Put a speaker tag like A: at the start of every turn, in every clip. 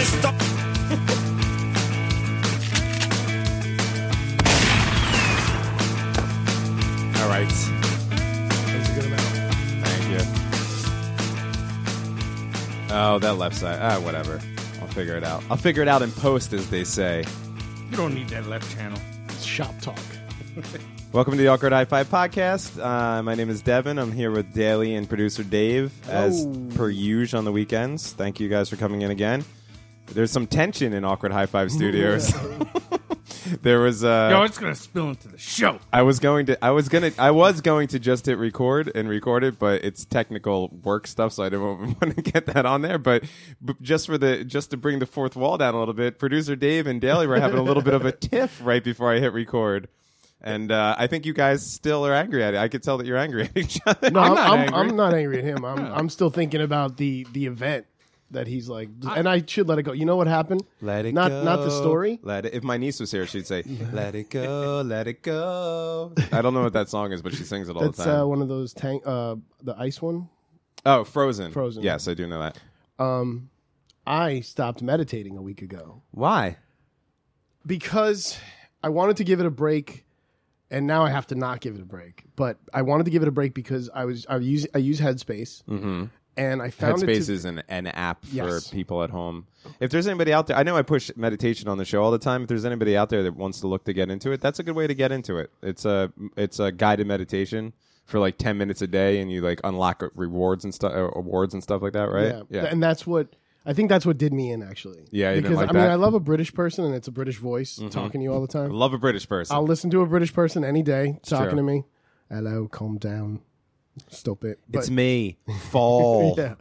A: esto. All right.
B: That's a good amount.
A: Thank you. Oh, that left side. Ah, whatever. I'll figure it out. I'll figure it out in post, as they say.
C: You don't need that left channel.
B: It's shop talk.
A: Welcome to the Awkward High Five Podcast. Uh, my name is Devin. I'm here with Daly and producer Dave, as per usual on the weekends. Thank you guys for coming in again. There's some tension in Awkward High Five Studios. there was. Uh,
C: Yo, it's gonna spill into the show.
A: I was going to I was gonna I was going to just hit record and record it, but it's technical work stuff, so I didn't want to get that on there. But, but just for the just to bring the fourth wall down a little bit, producer Dave and Daly were having a little bit of a tiff right before I hit record. And uh, I think you guys still are angry at it. I could tell that you're angry at each other.
B: No,
C: I'm
B: I'm,
C: not
B: I'm,
C: angry.
B: I'm not angry at him. I'm, I'm still thinking about the the event that he's like, and I should let it go. You know what happened? not, Not the story.
A: Let it. If my niece was here, she'd say, "Let it go, let it go." I don't know what that song is, but she sings it all
B: That's
A: the time.
B: uh, one of those tank, uh, the ice one.
A: oh, Frozen.
B: Frozen.
A: Yes, I do know that.
B: I stopped meditating a week ago
A: Why?
B: because I wanted to give it a break, and now I have to not give it a break. But I wanted to give it a break because I was I use I use Headspace, and I found it
A: Mm-hmm. Headspace
B: to,
A: is an, an app
B: Yes.
A: for people at home. If there's anybody out there, I know I push meditation on the show all the time. If there's anybody out there that wants to look to get into it, that's a good way to get into it. It's a it's a guided meditation for like ten minutes a day, and you like unlock rewards and stuff, awards and stuff like that, right?
B: Yeah. And that's what I think that's what did me in actually.
A: Yeah, you didn't
B: because
A: like
B: I mean
A: that? Mm-hmm.
B: I love a British person and it's a British voice talking to you all the
A: I
B: time.
A: love a British person.
B: I'll listen to a British person any day talking
A: true.
B: to me. Hello, calm down. Stop it. But,
A: it's me. Fall.
B: yeah.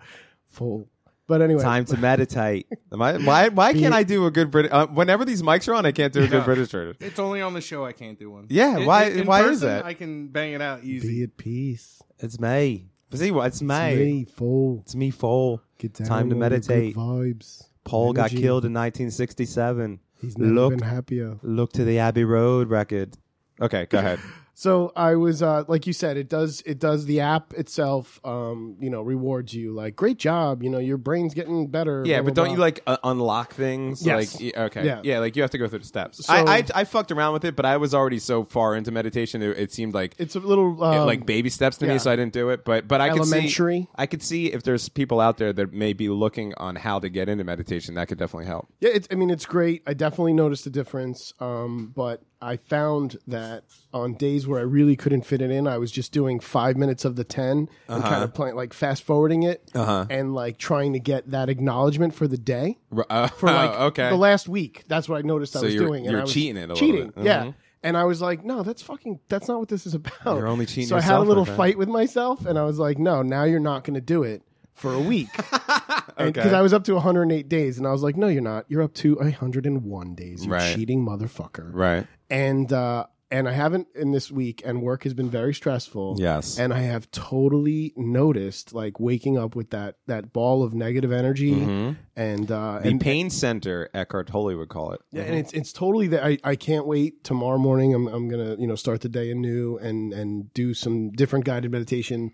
B: Full. But anyway,
A: Time to meditate. Am I- why why can't I do a good British? Uh, whenever these mics are on, I can't do a good British. version.
C: It's only on the show I can't do one.
A: Yeah, why-
C: in
A: why
C: person,
A: is that?
C: I can bang it out easy.
B: be at peace.
A: It's me. See what? It's me.
B: Me, full.
A: It's me. Fall.
B: Get down
A: Time to
B: on the good
A: meditate.
B: Vibes.
A: Paul got
B: Energy.
A: killed in 1967.
B: He's never
A: look,
B: been happier.
A: look to the Abbey Road record. Okay, go ahead.
B: So I was uh, like you said, it does it does the app itself, um, you know, rewards you like great job, you know, your brain's getting better.
A: yeah,
B: blah,
A: but
B: blah,
A: don't you
B: blah.
A: like uh, unlock things?
B: Yes.
A: Like, y- okay, yeah.
B: Yeah.
A: like you have to go through the steps.
B: So-
A: I, I I fucked around with it, but I was already so far into meditation, it, it seemed like
B: It's a little
A: it,
B: um,
A: like baby steps to
B: yeah.
A: me, so I didn't do it. But but I could see
B: Elementary.
A: I could see if there's people out there that may be looking on how to get into meditation, that could definitely help.
B: Yeah, it's, I mean, it's great. I definitely noticed a difference. Um, but I found that on days where I really couldn't fit it in, I was just doing five minutes of the 10 and kind of playing, like fast forwarding it and like trying to get that acknowledgement for the day
A: R- Uh,
B: for like
A: okay,
B: the last week. That's what I noticed I
A: So
B: was
A: you're-
B: doing.
A: you're
B: I was
A: cheating it a little
B: cheating,
A: bit.
B: yeah.
A: Mhm.
B: And I was like, no, that's fucking, that's not what this is about.
A: You're only cheating
B: So I had a
A: yourself,
B: little
A: my friend.
B: fight with myself, and I was like, no, now you're not going to do it for a week. Because
A: Okay.
B: I was up to 108 days, and I was like, no, you're not. You're up to 101 days. You
A: Right.
B: cheating motherfucker.
A: right.
B: And uh, and I haven't in this week, and work has been very stressful.
A: Yes.
B: And I have totally noticed, like waking up with that that ball of negative energy,
A: Mm-hmm.
B: and uh,
A: The
B: and
A: pain center, Eckhart Tolle would call it.
B: yeah, and it's it's totally that I, I can't wait tomorrow morning. I'm I'm gonna you know start the day anew and and do some different guided meditation,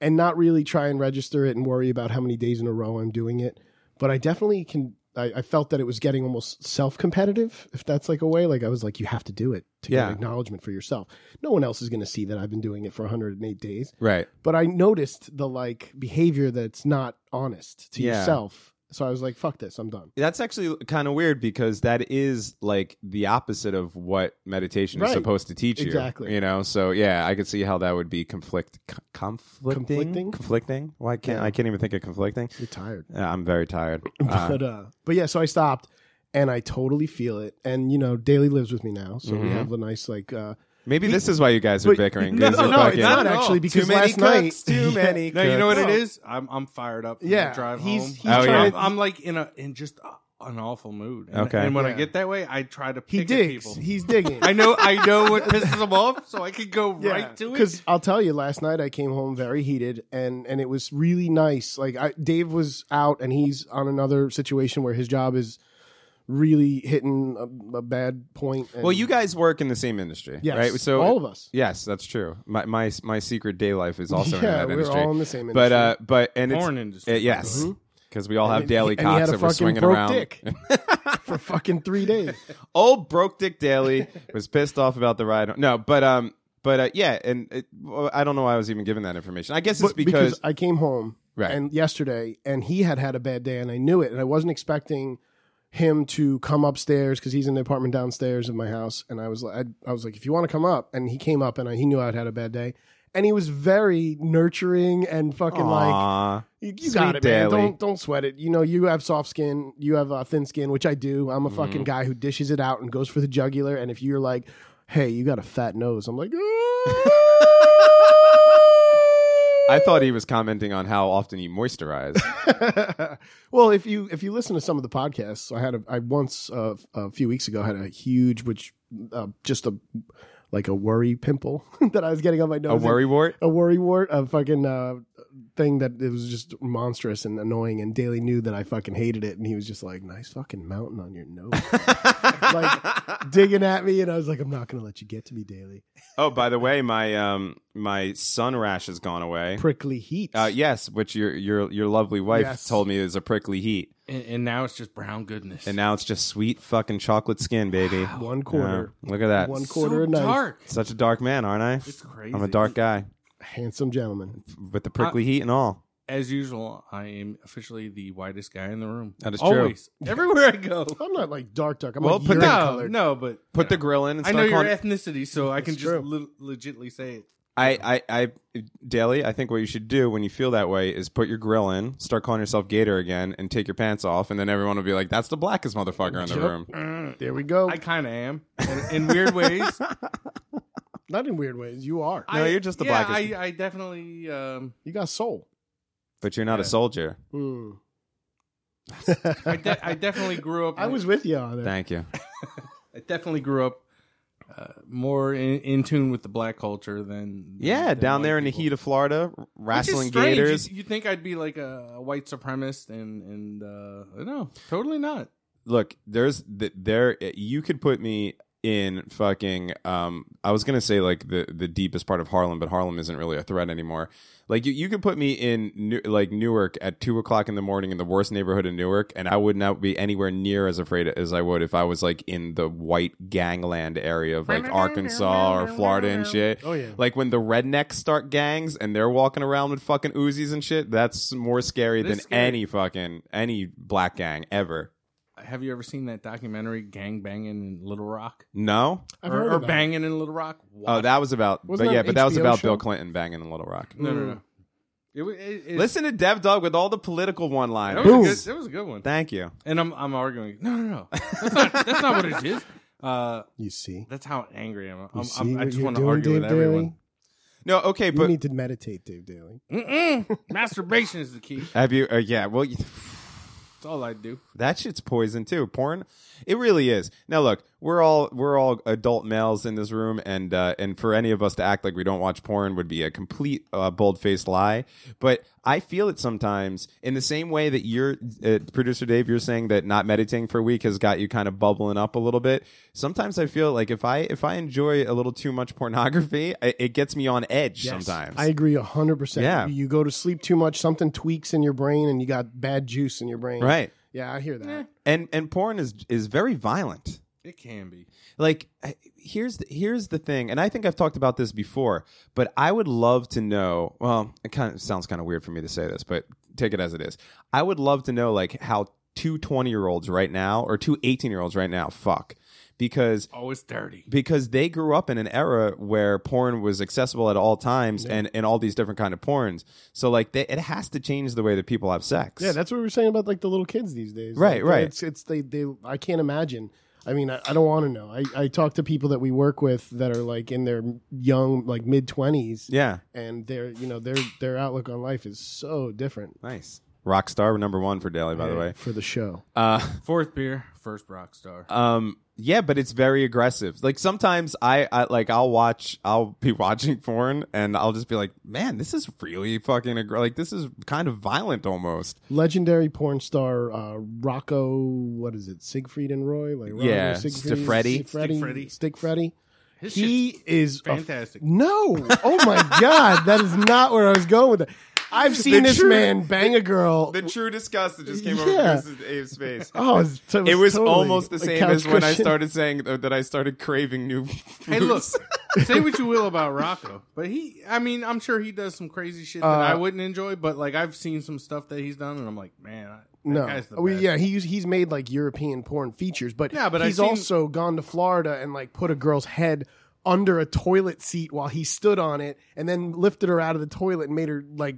B: and not really try and register it and worry about how many days in a row I'm doing it. But I definitely can. I, I felt that it was getting almost self competitive, if that's like a way. Like I was like, you have to do it to
A: Yeah.
B: get acknowledgement for yourself. No one else is gonna see that I've been doing it for 108 days.
A: Right.
B: But I noticed the like behavior that's not honest to
A: Yeah.
B: yourself. So I was like, fuck this, I'm done.
A: That's actually kind of weird because that is like the opposite of what meditation is
B: Right.
A: supposed to teach you.
B: Exactly.
A: You know, so yeah, I could see how that would be conflict, co- conflicting,
B: Conflicting?
A: conflicting. Why can't I can't even think of conflicting?
B: You're tired.
A: Uh, I'm very tired. Uh,
B: but uh, but yeah, so I stopped, and I totally feel it. And you know, Daly lives with me now, so we have a nice like. Uh,
A: maybe this is why you guys are
B: But-
A: Mm-hmm. bickering.
B: No,
A: 'cause it's
B: no,
A: like,
B: it's
A: yeah,
C: at
B: not
C: all.
B: actually
C: Too
B: because
A: too many
B: last night
A: cooks, too many.
C: No, you know what it
B: No.
C: is? I'm I'm fired up. For
B: Yeah,
C: the drive
B: he's-
C: home.
B: he's
A: Oh, trying yeah.
C: I'm,
B: to-
C: I'm like in a in just a, an awful mood. And,
A: Okay.
C: And when I
B: Yeah.
C: get that way, I try to
B: he
C: pick at
B: digs.
C: people.
B: He's digging.
C: I know I know what pisses him off, so I could go right to it.
B: Because I'll tell you, last night I came home very heated, and and it was really nice. Like I, Dave was out, and he's on another situation where his job is really hitting a, a bad point. And,
A: Well, you guys work in the same industry,
B: Yes,
A: right? So
B: all of us.
A: Yes, that's true. My my my secret day life is also in
B: Yeah,
A: that
B: we're
A: industry.
B: all in the same Mm-hmm.
A: But uh, but and
C: Porn
A: it's,
C: industry.
A: uh, yes. because we all have daily
B: and he
A: cocks
B: had a
A: that we're
B: fucking
A: swinging
B: broke
A: around.
B: dick for fucking three days.
A: Old broke dick daily was pissed off about the ride. home. No, but um, but uh, yeah, and it, well, I don't know why I was even given that information. I guess it's
B: But- because,
A: because,
B: I came home
A: Right.
B: and yesterday, and he had had a bad day, and I knew it, and I wasn't expecting him to come upstairs because he's in the apartment downstairs of my house, and I was like, I, I was like, if you want to come up, and he came up, and I, he knew I'd had a bad day. And he was very nurturing and fucking like,
A: Aw.
B: you, you
A: sweet
B: got it, man.
A: Daley.
B: Don't don't sweat it. You know, you have soft skin, you have uh, thin skin, which I do. I'm a
A: Mm-hmm.
B: fucking guy who dishes it out and goes for the jugular. And if you're like, hey, you got a fat nose, I'm like, "Ah."
A: I thought he was commenting on how often you moisturize.
B: well, if you if you listen to some of the podcasts, I had a I once uh, a few weeks ago had a huge, which uh, just a like a worry pimple that I was getting on my nose.
A: a worry wart.
B: a worry wart, a fucking uh, thing that it was just monstrous and annoying. And Daly knew that I fucking hated it, and he was just like, "Nice fucking mountain on your nose," like digging at me, and I was like, "I'm not gonna let you get to me, Daly."
A: Oh, by the way, my um my sun rash has gone
C: Eh.
A: away.
B: Prickly heat.
A: Uh, yes, which your your your lovely wife
B: Yes.
A: told me is a prickly heat,
C: And, and now it's just brown goodness.
A: and now it's just sweet fucking chocolate skin, baby.
B: One quarter.
A: Yeah, look at that.
B: One
C: so
B: quarter a night.
C: dark.
A: Such a dark man, aren't I?
C: It's crazy.
A: I'm a dark guy
B: Handsome gentleman.
A: with the
C: Uh,
A: prickly heat and all.
C: As usual, I am officially the whitest guy in the room.
A: That is true.
C: Always. Everywhere I go.
B: I'm not like dark dark. I'm
A: Well,
B: like
A: put
B: urine
A: that-
C: Oh. No,
B: colored.
C: no, but
A: Put the grill in and
C: I
A: start
C: know your
A: calling.
C: ethnicity, so I can
B: That's
C: just
B: true.
C: le- legitly say it.
A: I, I, I, Daly, I think what you should do when you feel that way is put your grill in, start calling yourself Gator again, and take your pants off, and then everyone will be like, "That's the blackest motherfucker in the
B: Yep.
A: room." Mm.
B: There we go.
C: I kind of am in, in weird ways.
B: not in weird ways. You are.
A: No,
C: I-
A: you're just the
C: yeah,
A: blackest.
C: I, I definitely. Um,
B: You got soul.
A: But you're not
C: Yeah.
A: a soldier.
B: Hmm.
C: I, de- I definitely grew up.
B: I was with you on that.
A: Thank you.
C: I definitely grew up uh, more in, in tune with the black culture than
A: Yeah,
C: than
A: down
C: white
A: there in the
C: people.
A: heat of Florida, r-
C: Which is
A: wrestling
C: strange.
A: gators.
C: You, you think I'd be like a, a white supremacist, and and uh, no, totally not.
A: Look, there's th- there. eh, You could put me in fucking. Um, I was gonna say like the the deepest part of Harlem, but Harlem isn't really a threat anymore. Like you, you could put me in New, like Newark at two o'clock in the morning in the worst neighborhood in Newark, and I would not be anywhere near as afraid as I would if I was like in the white gangland area of like Arkansas or Florida and shit.
B: Oh, yeah.
A: Like when the rednecks start gangs and they're walking around with fucking Uzis and shit, that's more scary
C: It is
A: than
C: scary.
A: any fucking any black gang ever.
C: Have you ever seen that documentary Gang Banging in Little Rock
A: No?
B: I've
C: or,
B: heard
C: or
B: of that.
C: Banging in Little Rock?
A: Oh,
C: Watch-
A: that was about
B: Wasn't
A: but
B: that
A: yeah,
B: an
A: but that was
B: HBO
A: about
B: show?
A: Bill Clinton banging in Little Rock.
C: no,
B: mm.
C: no, no. It, wa- it, it,
A: Listen to Dev Dog with all the political one
C: that was,
A: liners.
C: a
B: Boom.
C: good, that was a good one.
A: Thank you.
C: And I'm I'm arguing. No, no, no. That's not that's not what it is. Uh,
B: You see.
C: that's how angry I am.
B: You
C: I'm,
B: see
C: I'm, Um, I
B: what
C: just
B: you're
C: want to
B: doing,
C: argue
B: Dave
C: with everyone.
B: Daly?
A: No, okay,
B: you
A: but
B: need to meditate, Dave Daly.
C: Mm-mm. Masturbation is the key.
A: have you? Uh, yeah, well, you-
C: That's all I do.
A: that shit's poison too. Porn, it really is. Now look, we're all we're all adult males in this room, and uh, and for any of us to act like we don't watch porn would be a complete uh, bold faced lie. But I feel it sometimes in the same way that you're uh, producer Dave, you're saying that not meditating for a week has got you kind of bubbling up a little bit. Sometimes I feel like if I if I enjoy a little too much pornography, it, it gets me on edge sometimes.
B: I agree 100%.
A: Yeah.
B: You go to sleep too much, something tweaks in your brain, and you got bad juice in your brain.
A: right.
B: Yeah, I hear that.
C: Eh.
A: And and porn is is very violent.
C: It can be.
A: like I- here's the, here's the thing and i think i've talked about this before but i would love to know well it kind of sounds kind of weird for me to say this but take it as it is i would love to know like how two 20 year olds right now or two 18 year olds right now fuck because
C: Always Oh, dirty.
A: because they grew up in an era where porn was accessible at all times and, and all these different kind of porns so like they, it has to change the way that people have sex
B: Yeah, that's what we were saying about like the little kids these days.
A: Right,
B: Like,
A: right.
B: It's it's they they I can't imagine. I mean, I, I don't want to know. I, I talk to people that we work with that are like in their young, like mid twenties,
A: yeah
B: and their you know their their outlook on life is so different.
A: nice rock star number one for daily by the way
B: for the show,
A: uh
C: Fourth beer, first rock star.
B: Uh,
A: Um, yeah, but it's very aggressive. Like sometimes I, I like I'll watch, I'll be watching porn, and I'll just be like, man, this is really fucking aggr- like this is kind of violent almost.
B: legendary porn star uh, Rocco, what is it, Siegfried and Roy? Like Rocco,
A: Yeah,
B: Siegfried,
A: Stifredi.
B: Stifredi,
C: Stifredi.
B: Stick Freddy.
C: His
B: He is a f-
C: fantastic.
B: no, oh my god, that is not where I was going with it. I've seen this
A: true-
B: man bang a girl.
A: the true disgust that just came
B: Yeah.
A: over Bruce's Abe's face.
B: oh, it's- it was,
A: It was
B: totally
A: almost the
B: a
A: same
B: couch
A: as when I
B: cushion.
A: started saying th- that I started craving new.
C: Hey, look, say what you will about Rocco, but he, I mean, I'm sure he does some crazy shit that
B: Uh,
C: I wouldn't enjoy, but like I've seen some stuff that he's done, and I'm like, man, I, that
B: No,
C: guy's the
B: Oh, we,
C: best.
B: yeah, he's he's made like European porn features, but
C: Yeah, but I've
B: he's
C: seen-
B: also gone to Florida and like put a girl's head under a toilet seat while he stood on it, and then lifted her out of the toilet and made her like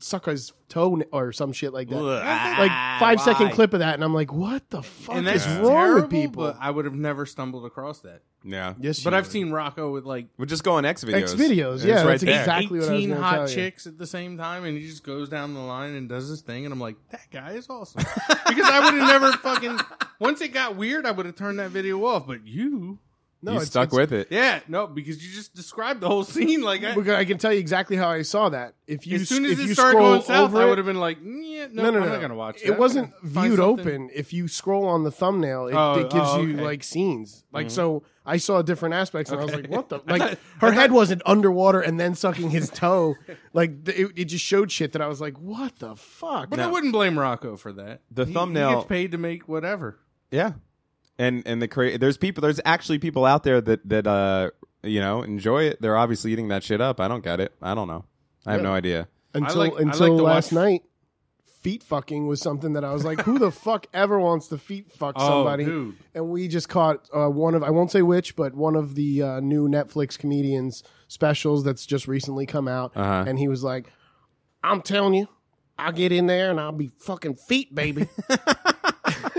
B: suck his toe or some shit like that. Like five second clip of that, and I'm like, what the fuck
C: Ah, and
B: is
C: that's
B: wrong
C: terrible,
B: with people?
C: But I would have never stumbled across that.
A: Yeah,
B: yes,
C: But
B: you
C: I've
B: would.
C: seen Rocco with like
A: we'll just go on X videos.
B: X videos. Yeah,
A: right
B: that's
A: there.
B: exactly what I was
C: 18
B: gonna
C: hot
B: tell you.
C: chicks at the same time, and he just goes down the line and does his thing, and I'm like, that guy is awesome. because I would have never fucking. Once it got weird, I would have turned that video off. But you,
B: No,
A: you
B: it's-
A: stuck
B: it's-
A: with it.
C: yeah, no, because you just described the whole scene like I,
B: Because I can tell you exactly how I saw that. If you
C: as soon
B: s-
C: as
B: if
C: it
B: you
C: started
B: scroll
C: going south,
B: over
C: I
B: it-
C: would have been like, "Yeah, no,
B: no, no,
C: I'm
B: no.
C: not gonna watch.
B: It
C: that.
B: wasn't
C: I'm gonna find
B: viewed
C: something."
B: open. If you scroll on the thumbnail, it,
C: Oh,
B: it gives
C: oh,
B: you
C: okay. Mm-hmm.
B: like scenes. Like so, I saw different aspects, and I was like, "What the?" Like
C: thought-
B: her head wasn't underwater, and then sucking his toe. like th- it, it just showed shit that I was like, "What the fuck?"
C: But I wouldn't blame Rocco for that.
A: The
C: He-
A: thumbnail-
C: he gets paid to make whatever.
A: Yeah, and and the cra- there's people there's actually people out there that that uh you know enjoy it. They're obviously eating that shit up. I don't get it. I don't know. I have
B: Yeah.
A: no idea.
B: until
C: like- I like
B: until
C: to
B: last
C: watch-
B: night. Feet fucking was something that I was like, "Who the fuck ever wants to feet fuck somebody?"
C: oh, dude.
B: and we just caught uh, one of I won't say which, but one of the uh, new Netflix comedians specials that's just recently come out,
A: Uh-huh.
B: and he was like, "I'm telling you, I'll get in there and I'll be fucking feet, baby."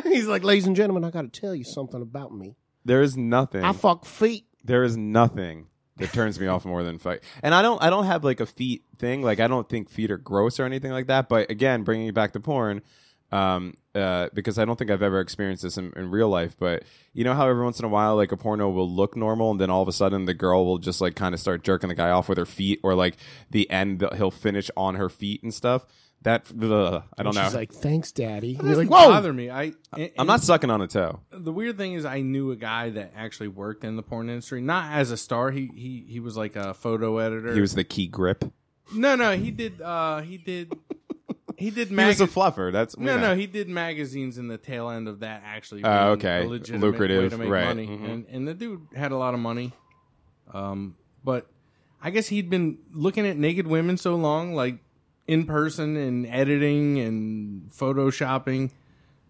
B: He's like, "Ladies and gentlemen, I got to tell you something about me.
A: There is nothing.
B: I fuck feet."
A: there is nothing that turns me off more than fight. And I don't I don't have like a feet thing. Like I don't think feet are gross or anything like that. But again, bringing it back to porn, um, uh, because I don't think I've ever experienced this in, in real life. But you know how every once in a while, like a porno will look normal, and then all of a sudden the girl will just like kind of start jerking the guy off with her feet, or like the end that he'll finish on her feet and stuff. That ugh, I don't
B: And
A: know.
B: She's like, "Thanks, daddy."
C: It Oh,
B: And you're
C: doesn't
B: like, "Whoa!"
C: bother me. I, and-
A: I'm not sucking on a toe.
C: the weird thing is I knew a guy that actually worked in the porn industry, not as a star. He he he was like a photo editor.
A: He was the key grip.
C: no no he did uh he did he did
A: He was a
C: magazines.
A: fluffer. That's you
C: no
A: know.
C: no he did magazines in the tail end of that actually.
A: Oh,
C: being
A: okay.
C: a legitimate
A: Lucrative,
C: way to make
A: right.
C: Money.
A: Mhm.
C: And and the dude had a lot of money, um, but I guess he'd been looking at naked women so long, like in person and editing and photoshopping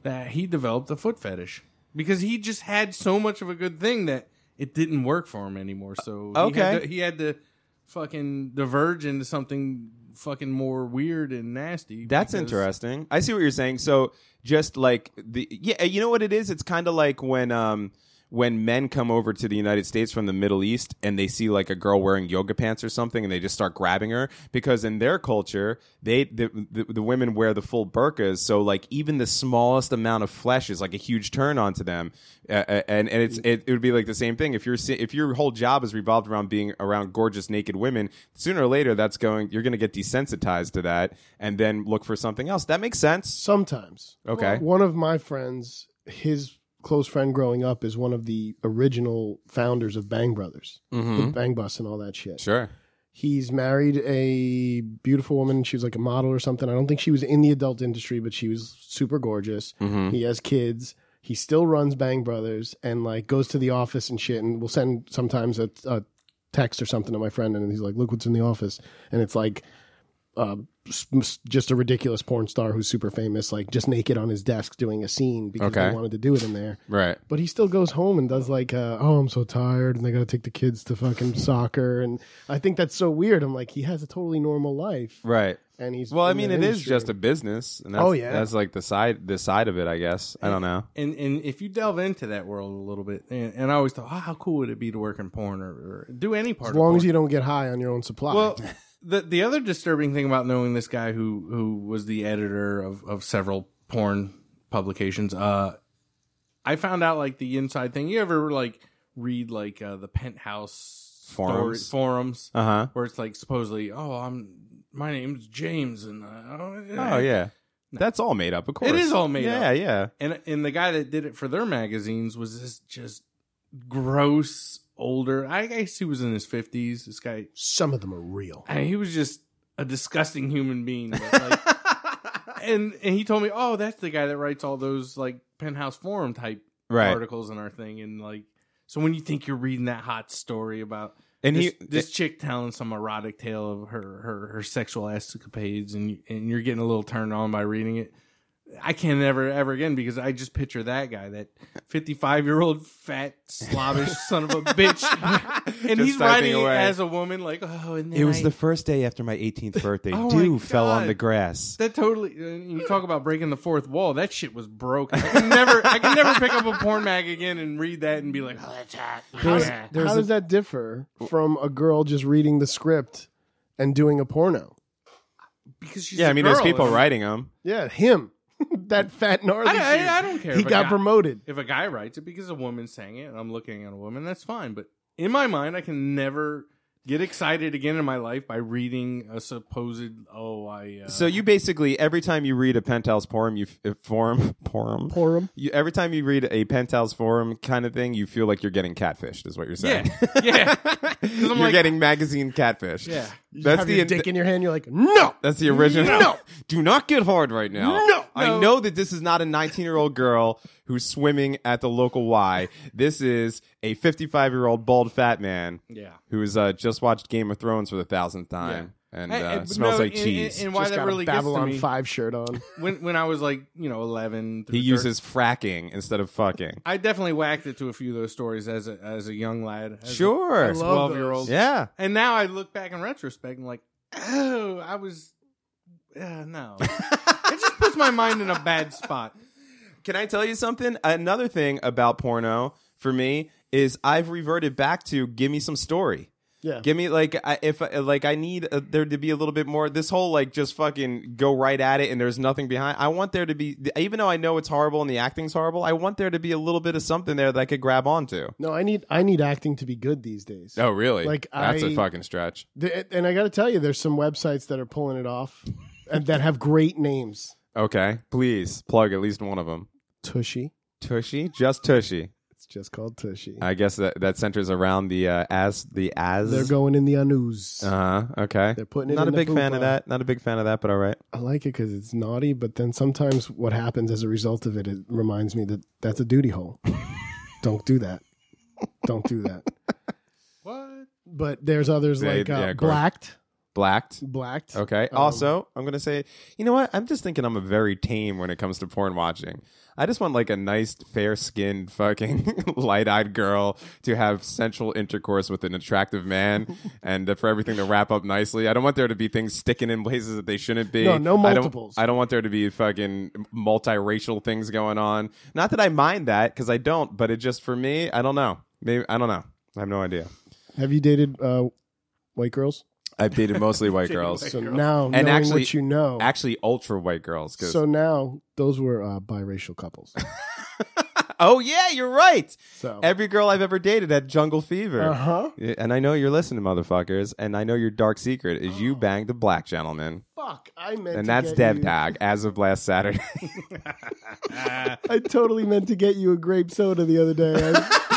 C: that he developed a foot fetish because he just had so much of a good thing that it didn't work for him anymore. So he
A: Okay.
C: had to, he had to fucking diverge into something fucking more weird and nasty.
A: That's
C: because-
A: interesting. I see what you're saying. So just like the yeah, you know what it is? It's kind of like when um when men come over to the United States from the Middle East and they see like a girl wearing yoga pants or something and they just start grabbing her because in their culture they the, the, the women wear the full burqas so like even the smallest amount of flesh is like a huge turn on to them uh, uh, and and it's it, it would be like the same thing if you're se- if your whole job is revolved around being around gorgeous naked women sooner or later that's going you're going to get desensitized to that and then look for something else that makes sense
B: Sometimes.
A: Okay.
B: One of my friends, his close friend growing up, is one of the original founders of Bang Brothers,
C: Hmm.
B: with Bang Bus and all that shit.
A: sure
B: He's married a beautiful woman. She was like a model or something. I don't think she was in the adult industry, but she was super gorgeous. He has kids. He still runs Bang Brothers and like goes to the office and shit. And will send sometimes a, a text or something to my friend, and he's like, "Look what's in the office," and it's like. Uh, s- s- just a ridiculous porn star who's super famous, like just naked on his desk doing a scene because
A: Okay.
B: they wanted to do it in there.
A: right
B: But he still goes home and does like, uh, oh, I'm so tired, and I got to take the kids to fucking soccer, and I think that's so weird. I'm like, he has a totally normal life,
A: right
B: and he's
A: well i
B: in
A: mean
B: that
A: it is
B: industry.
A: just a business and that's,
B: Oh, yeah.
A: that's like the side the side of it i guess i don't know
C: And and if you delve into that world a little bit, and, and I always thought, oh, how cool would it be to work in porn or, or do any part
B: as
C: of porn?
B: long as you don't get high on your own supply.
C: Well, the the other disturbing thing about knowing this guy who who was the editor of of several porn publications, uh, I found out like the inside thing. You ever like read like uh, the penthouse
A: Forums?
C: story- forums
A: uh-huh
C: where it's like supposedly, oh, I'm my name's James, and uh, oh,
A: oh yeah that's all made up of course
C: It is all made up.
A: yeah yeah
C: and and the guy that did it for their magazines was this just gross older. I guess he was in his fifties. This guy,
B: some of them are real.
C: I mean, he was just a disgusting human being. but, like- and and he told me, oh, that's the guy that writes all those like penthouse forum type
A: Right.
C: articles in our thing. And like, so when you think you're reading that hot story about
A: And
C: this,
A: he
C: this chick telling some erotic tale of her her, her sexual escapades, and you- and you're getting a little turned on by reading it. I can never ever again because I just picture that guy, that 55 year old fat slobbish son of a bitch, and
A: Just
C: he's
A: typing
C: writing
A: away.
C: it as a woman, like oh, and then
A: It was
C: I-
A: the first day after my 18th birthday.
C: Oh my
A: Dew fell on
C: God.
A: the grass.
C: That totally. and You talk about breaking the fourth wall. That shit was broken. I can never. I can never pick up a porn mag again and read that and be like, oh, that's hot.
B: How,
C: Yeah.
B: how does that differ from a girl just reading the script and doing a porno?
C: because she's
A: Yeah,
C: a
A: I mean,
C: girl,
A: there's people
C: and-
A: writing them.
B: Yeah, him, that fat gnarly.
C: I,
B: dude.
C: I, I don't care.
B: he
C: if a
B: got
C: guy-
B: promoted.
C: If a guy writes it because a woman sang it and I'm looking at a woman, that's fine. But in my mind, I can never get excited again in my life by reading a supposed oh I. Uh,
A: So you basically every time you read a penthouse forum, you f- forum forum
B: Porum.
A: You, every time you read a penthouse forum kind of thing, you feel like you're getting catfished. Is what you're saying?
C: yeah yeah
A: you're
C: like-
A: getting magazine catfish.
C: Yeah.
B: You
A: that's
B: have
A: the
B: your
A: in-
B: dick in your hand. You're like, no.
A: that's the original.
B: No.
A: do not get hard right now.
B: No.
A: I
C: No.
A: know that this is not a 19 year old girl who's swimming at the local Y. This is a 55 year old bald fat man
C: yeah.
A: who's uh, just watched Game of Thrones for the thousandth time and
C: I- I-
A: uh,
C: but
A: smells
C: no,
A: like
C: and-
A: cheese.
C: And, and why
B: Just
C: that
B: got
C: really
B: a
C: gets to
B: Babylon
C: me,
B: Five shirt on.
C: when when I was like you know 11,
A: he
C: through 13,
A: uses fracking instead of fucking.
C: I definitely whacked it to a few of those stories as a as a young lad. as a
A: Sure.
B: love-
C: 12 year old.
A: yeah.
C: And now I look back in retrospect and like, oh, I was. Uh, no. it just puts my mind in a bad spot.
A: Can I tell you something? Another thing about porno for me is I've reverted back to give me some story.
B: Yeah.
A: Give me like I, if like I need uh, there to be a little bit more. This whole like just fucking go right at it and there's nothing behind. I want there to be even though I know it's horrible and the acting's horrible. I want there to be a little bit of something there that I could grab onto.
B: no, I need I need acting to be good these days.
A: Oh really?
B: Like,
A: that's a
B: I-
A: fucking stretch.
B: The- and I got to tell you, there's some websites that are pulling it off, and that have great names.
A: Okay, please plug at least one of them.
B: Tushy.
A: Tushy, just Tushy.
B: It's just called Tushy.
A: I guess that that centers around the uh, as the as.
B: They're going in the anus.
A: uh huh. Okay.
B: They're putting it.
A: Not
B: in
A: a
B: the
A: big fan
B: poopa.
A: of that. Not a big fan of that, but all right.
B: I like it because it's naughty, but then sometimes what happens as a result of it, it reminds me that that's a duty hole. Don't do that. Don't do that.
C: What?
B: But there's others
A: They-
B: like uh,
A: yeah, of course.
B: blacked,
A: Blacked.
B: blacked.
A: Okay.
B: Um,
A: also, I'm gonna say, you know what? I'm just thinking I'm a very tame when it comes to porn watching. I just want like a nice, fair-skinned, fucking light-eyed girl to have sensual intercourse with an attractive man, and uh, for everything to wrap up nicely. I don't want there to be things sticking in places that they shouldn't be.
B: No, no
A: I don't-
B: multiples.
A: I don't, want there to be fucking multiracial things going on. Not that I mind that because I don't, but it just for me, I don't know. Maybe I don't know. I have no idea.
B: Have you dated uh, white girls?
A: I've dated mostly white girls.
B: So now, knowing
A: actually-
B: what you know,
A: actually ultra white girls. 'cause-
B: so now those were uh, biracial couples.
A: oh yeah, you're right.
B: So
A: Every girl I've ever dated had jungle fever.
C: Uh-huh.
B: uh huh.
A: Yeah, And I know you're listening, motherfuckers. And I know your dark secret is
C: Oh.
A: you banged a black gentleman,
B: Fuck, I meant.
A: and
B: to
A: that's
B: get
A: Dev
B: you-
A: Dog as of last Saturday.
B: I totally meant to get you a grape soda the other day. I-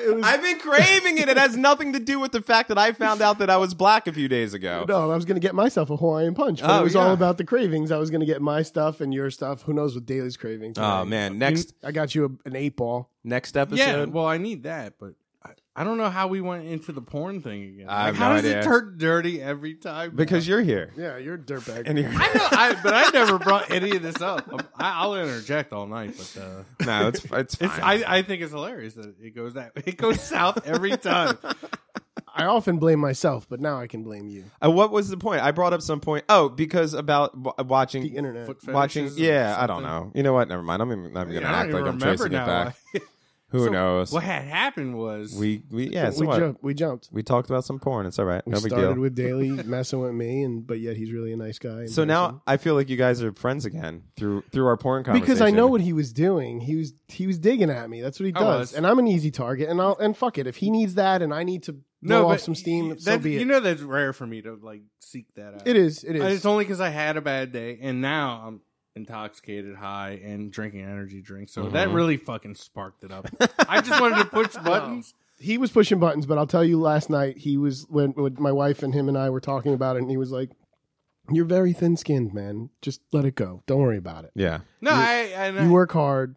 B: it was
A: I've been craving it. It has nothing to do with the fact that I found out that I was black a few days ago.
B: No, I was going to get myself a Hawaiian punch, but
A: Oh,
B: it was
A: yeah.
B: all about the cravings. I was going to get my stuff and your stuff. Who knows what Daly's craving?
A: Oh man, next
B: I got you a, an eight ball.
A: next episode.
C: Yeah, well, I need that, but I, I don't know how we went into the porn thing again.
A: I have
C: Like, how
A: no
C: does
A: idea.
C: it turn dirty every time?
A: because you're here.
B: Yeah, you're a dirtbag.
A: And you're
C: I know, I, but I never brought any of this up. I'm- I, I'll interject all night, but uh,
A: no, it's it's fine.
C: it's, I, I think it's hilarious that it goes that it goes south every time.
B: I often blame myself, but now I can blame you.
A: Uh, what was the point? I brought up some point. Oh, because about w- watching
B: The internet.
C: Foot
A: watching.
C: fetishes or
A: Yeah, I don't
C: something.
A: know. You know what? Never mind. I'm, even, I'm gonna
C: Yeah, I
A: act
C: don't even
A: like I'm
C: remember
A: tracing it
C: now.
A: back. Who
C: So,
A: knows?
C: What had happened was
A: We we yeah. So
B: we,
A: what?
B: jumped, we jumped.
A: We talked about some porn. It's all right.
B: We
A: no big
B: started
A: deal.
B: with Daly messing with me, and but yet he's really a nice guy. and
A: so
B: person.
A: now I feel like you guys are friends again through through our porn conversation.
B: because I know what he was doing, he was he was digging at me. That's what he
C: I
B: does,
C: was.
B: and I'm an easy target. And I'll and fuck it if he needs that, and I need to blow off some steam.
C: That,
B: so be it.
C: You know that's rare for me to like seek that out.
B: it is. It
C: And
B: is.
C: It's only because I had a bad day, and now I'm intoxicated, high, and drinking energy drinks. So that
B: Mm-hmm.
A: Mhm.
C: really fucking sparked it up. I just wanted to push buttons.
B: he was pushing buttons, but I'll tell you last night he was when, when my wife and him and I were talking about it, and he was like, You're very thin skinned, man. Just let it go. Don't worry about it.
A: Yeah.
C: No, I, I,
B: You work hard.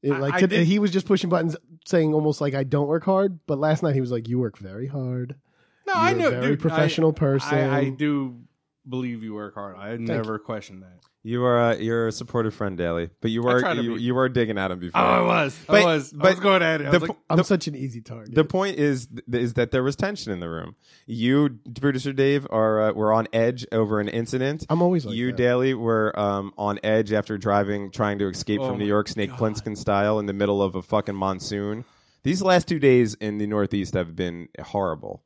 B: It,
C: I-
B: like
C: I
B: today,
C: did-
B: he was just pushing buttons, saying almost like I don't work hard. But last night he was like, "You work very hard.
C: no,
B: You're
C: I know,
B: a very
C: dude, I-
B: professional person.
C: I, I do believe you work hard. I never questioned that.
A: You are uh, you're a supportive friend, Daly, but you
C: I
A: were
C: try to
A: you,
C: be.
A: you were digging at him before.
C: Oh, I was,
A: But-
C: I was,
A: but
C: I was going at it. I
A: the
C: was like,
A: po-
B: I'm
A: the-
B: such an easy target."
A: The point is is that there was tension in the room. You, producer Dave, are uh, were on edge over an incident.
B: I'm always like
A: you,
B: that.
A: Daly, were um, on edge after driving, trying to escape
C: Oh
A: from New
C: my
A: York, Snake Plissken style, in the middle of a fucking monsoon. These last two days in the Northeast have been horrible,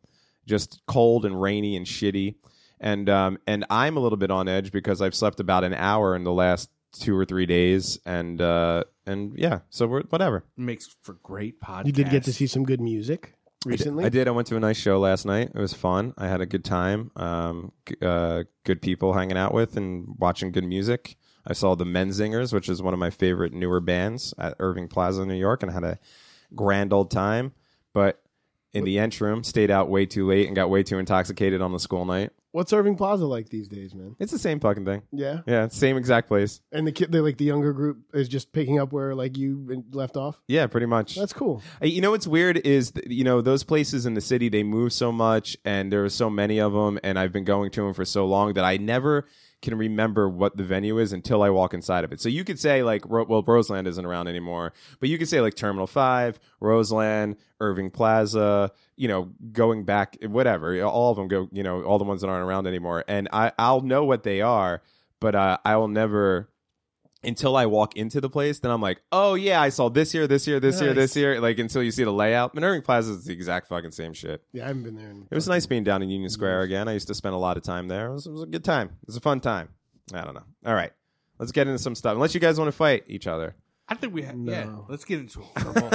A: just cold and rainy and shitty. And um, and I'm a little bit on edge because I've slept about an hour in the last two or three days, and uh, and yeah, so we're whatever.
C: makes for great podcast.
B: You did get to see some good music recently.
A: I did. I went to a nice show last night. It was fun. I had a good time. Um, g- uh, good people hanging out with and watching good music. I saw the Menzingers, which is one of my favorite newer bands at Irving Plaza, New York, and had a grand old time. But in the interim, stayed out way too late and got way too intoxicated on the school night.
B: What's Irving Plaza like these days, man?
A: It's the same fucking thing.
B: Yeah,
A: Yeah, same exact place.
B: and the kid, they like the younger group is just picking up where like you left off.
A: Yeah, pretty much.
B: That's cool.
A: Uh, You know what's weird is th- you know those places in the city they move so much and there are so many of them and I've been going to them for so long that I never can remember what the venue is until I walk inside of it. So you could say like Ro- well Roseland isn't around anymore, but you could say like Terminal 5, Roseland, Irving Plaza, you know, going back whatever, all of them go, you know, all the ones that aren't around anymore and I I'll know what they are, but uh, I will never until I walk into the place, then I'm like, oh yeah, I saw this year, this year, this year, this
B: Nice.
A: year. Like until you see the layout. And Irving Plaza is the exact fucking same shit.
B: Yeah, I haven't been there. In
A: It was nice being down in Union Square again. I used to spend a lot of time there. It was, it was a good time. It was a fun time. I don't know. All right, let's get into some stuff. Unless you guys want to fight each other.
C: I think we had. Yeah,
B: No.
C: let's get into a verbal.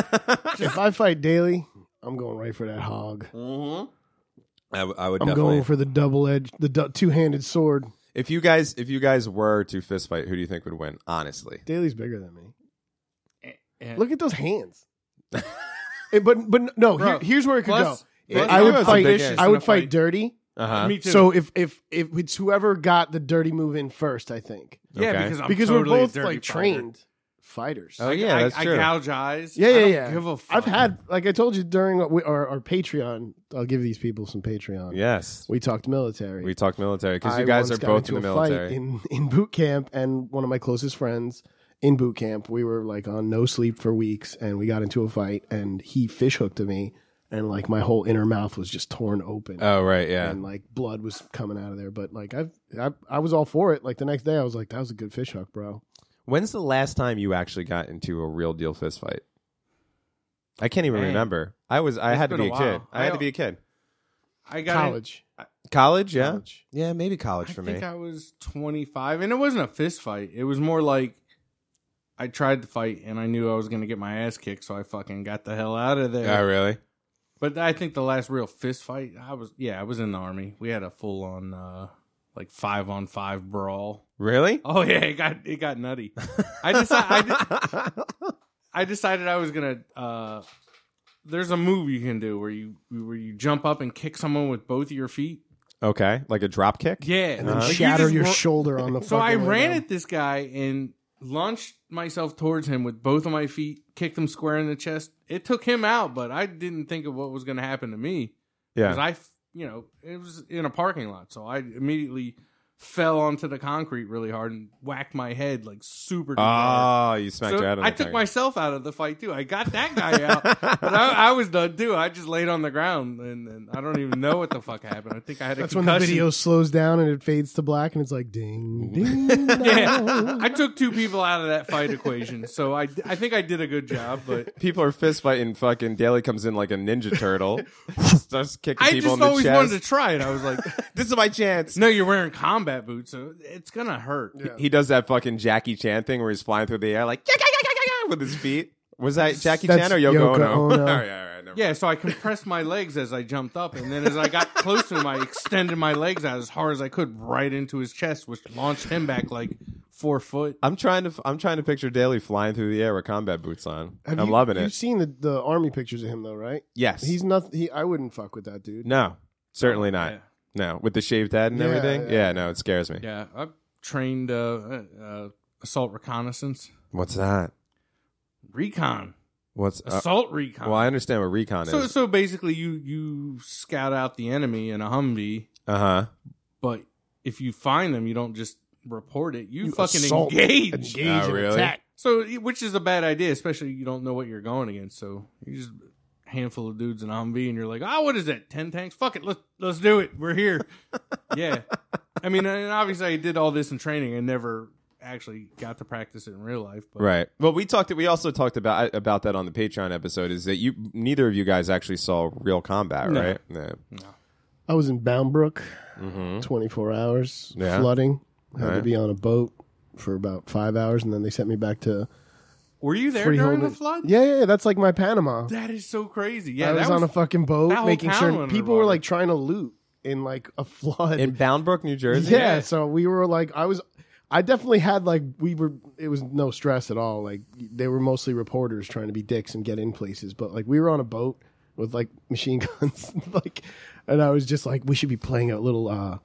B: If I fight daily, I'm going right for that hog.
C: Mhm.
A: I, w- I would
B: I'm
A: definitely.
B: going for the double edged, the du- two handed sword.
A: if you guys, if you guys were to fist fight, who do you think would win? Honestly,
B: Daly's bigger than me.
C: Eh,
B: Look at those hands. Eh, but but no, here-
C: Bro.
B: here's where it could
C: Plus-
B: go.
C: plus
B: I
A: you
B: would
A: have
B: fight.
A: some big hands
B: I
C: in a
B: would fight,
C: fight.
B: dirty.
A: uh huh.
C: Me too.
B: So if if if it's whoever got the dirty move in first, I think
C: yeah,
A: Okay.
C: because I'm
B: because
C: totally a
B: we're both
C: dirty
B: like
C: fighter.
B: trained fighters.
A: Oh yeah,
C: I,
A: that's
C: I
A: true.
C: gouge eyes.
B: Yeah,
C: I
B: yeah,
C: don't
B: yeah.
C: Give a fuck.
B: I've had like I told you during our, our, our Patreon. I'll give these people some Patreon.
A: yes,
B: we talked military.
A: we talked military because you
B: I
A: guys
B: once
A: are
B: got
A: both in
B: into
A: the
B: a fight
A: military.
B: In in boot camp, and one of my closest friends in boot camp, we were like on no sleep for weeks, and we got into a fight, and he fish hooked to me, and like my whole inner mouth was just torn open,
A: oh right, yeah.
B: and like blood was coming out of there. But like I've, I I was all for it. Like the next day, I was like, that was a good fish hook, bro.
A: When's the last time you actually got into a real deal fist fight? I can't even
C: Man.
A: remember. I was I
C: It's
A: had to
C: been
A: be a,
C: a
A: kid.
C: while.
A: I,
C: I
A: had to
C: don't-
A: be a kid.
C: I got in-
B: College.
A: College, yeah.
B: College.
A: Yeah, maybe college
C: I
A: for
C: think
A: me.
C: I was 25, and it wasn't a fist fight. It was more like I tried to fight, and I knew I was going to get my ass kicked, so I fucking got the hell out of there.
A: Oh, really?
C: But I think the last real fist fight, I was yeah, I was in the army. We had a full on uh, like five on five brawl.
A: Really?
C: Oh yeah, it got it got nutty. I decided I, de- I decided I was gonna. Uh, there's a move you can do where you where you jump up and kick someone with both of your feet.
A: okay, like a drop kick?
C: Yeah,
B: And then
A: Uh-huh.
C: Like, you
B: shatter
C: just
B: your
C: ru-
B: shoulder on the.
C: So I
B: fucking way
C: ran
B: down.
C: at this guy and launched myself towards him with both of my feet, kicked him square in the chest. It took him out, but I didn't think of what was going to happen to me because
A: Yeah.
C: I, f- you know, it was in a parking lot, so I immediately fell onto the concrete really hard and whacked my head like super. duper
B: Ah,
C: hard.
A: Oh, you smacked
C: So
A: your head on
C: I
A: the
C: took
A: thing.
C: myself out of the fight too. I got that guy out, but I, I was done too. I just laid on the ground and, and I don't even know what the fuck happened. I think I had a
B: That's when
C: concussion.
B: the video slows down and it fades to black, and it's like ding, ding.
C: yeah, I took two people out of that fight equation, so I, I think I did a good job. But
A: People are fist fighting. Fucking Daly comes in like a ninja turtle, starts kicking
C: I
A: people
C: just
A: in the
C: always
A: chest.
C: wanted to try it. I was like,
A: this is my chance.
C: no, you're wearing combat boots, so it's gonna hurt.
A: He does that fucking Jackie Chan thing where he's flying through the air like "Yeah, yeah, yeah, yeah, yeah," with his feet. Was that Jackie
B: That's
A: Chan or Yoko,
B: Yoko
A: Ono? all
B: Ono.
A: right, all right, never
C: Yeah, so I compressed my legs as I jumped up, and then as I got close to him, I extended my legs out as hard as I could, right into his chest, which launched him back like four foot.
A: I'm trying to I'm trying to picture Daly flying through the air with combat boots on.
B: Have
A: I'm
B: you-
A: loving
B: You've
A: it.
B: seen the, the army pictures of him though, right?
A: Yes,
B: He's nothing. He, I wouldn't fuck with that dude.
C: Oh,
A: no, certainly not.
C: Yeah.
A: No, with the shaved head and
B: Yeah,
A: everything.
B: yeah.
A: Yeah, no, it scares me.
C: Yeah, I've trained uh, uh, uh, assault reconnaissance,
A: What's that?
C: recon,
A: What's uh,
C: assault recon.
A: well? I understand what recon
C: so
A: is.
C: so basically, you you scout out the enemy in a Humvee,
A: Uh huh.
C: but if you find them, you don't just report it. You,
B: You
C: fucking
B: assault.
C: engage.
B: Engage
A: Oh,
B: and
A: really?
B: attack.
C: So which is a bad idea, especially you don't know what you're going against. So you just handful of dudes in a Humvee, and you're like, oh, what is that? Ten tanks? Fuck it, let's let's do it. We're here. yeah. I mean, and obviously, I did all this in training. I never actually got to practice it in real life, but
A: Right. Well, we talked. We also talked about about that on the Patreon episode. Is that you? Neither of you guys actually saw real combat,
C: No.
A: right? No.
B: I was in Boundbrook,
A: Mm-hmm.
B: 24 hours,
A: Yeah.
B: flooding. Had to
A: Right.
B: be on a boat for about five hours, and then they sent me back to
C: Were you there
B: Freehold.
C: during the flood?
B: Yeah, yeah, yeah, that's like my Panama.
C: That is so crazy. Yeah,
B: I was,
C: that
B: on a fucking
C: that
B: boat
C: whole
B: making
C: town
B: sure
C: went
B: people were
C: underwater.
B: like trying to loot in like a flood.
A: In Boundbrook, New Jersey.
B: yeah, so we were like, I was, I definitely had like, we were, it was no stress at all. Like, they were mostly reporters trying to be dicks and get in places, but like, we were on a boat with like machine guns, like, and I was just like, we should be playing a little, uh,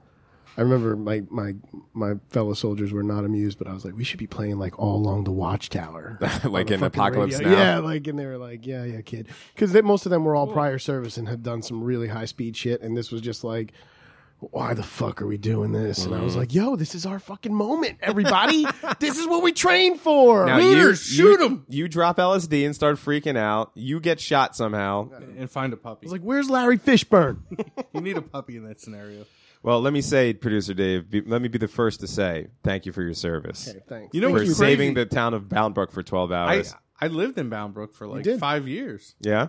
B: I remember my, my my fellow soldiers were not amused, but I was like, we should be playing like all along the watchtower,
A: Like
B: on the
A: in
B: fucking
A: Apocalypse
B: radio.
A: Now?
B: Yeah, like and they were like, yeah, yeah, kid, because most of them were all prior service and had done some really high speed shit, and this was just like, why the fuck are we doing this? And I
A: Mm.
B: was like, yo, this is our fucking moment, everybody. this is what we train for.
A: Now
B: Looters,
A: you,
C: shoot
A: you-
C: 'em!
A: You drop LSD and start freaking out. You get shot somehow.
C: and find a puppy.
B: I was like, where's Larry Fishburne?
C: you need a puppy in that scenario.
A: Well, let me say, producer Dave, be, let me be the first to say thank you for your service.
B: okay, thanks.
C: You know
A: for
C: what's crazy?
A: saving the town of Boundbrook for 12
C: I
A: hours.
C: I lived in Boundbrook for like
B: did?
C: five years.
A: yeah?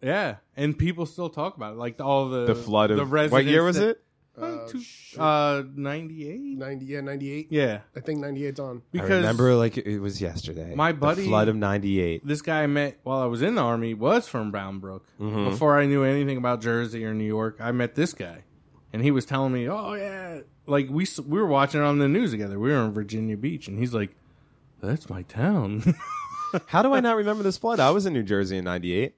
C: Yeah, and people still talk about it. Like all the
A: The flood of.
C: the residents
A: what year was
C: that-
A: it?
C: Uh, two-
B: Oh, shit.
C: uh, ninety eight.
B: 90, yeah, 98.
C: Yeah,
B: I think 98's on.
C: because
A: I remember like it- it was yesterday.
C: My
A: The
C: buddy-
A: flood of 98.
C: this guy I met while I was in the army was from Brownbrook.
A: Mm-hmm.
C: Before I knew anything about Jersey or New York, I met this guy, and he was telling me, "Oh yeah, like we s- we were watching it on the news together. We were in Virginia Beach, and he's like." That's my town.
A: How do I not remember this flood? I was in New Jersey in 98.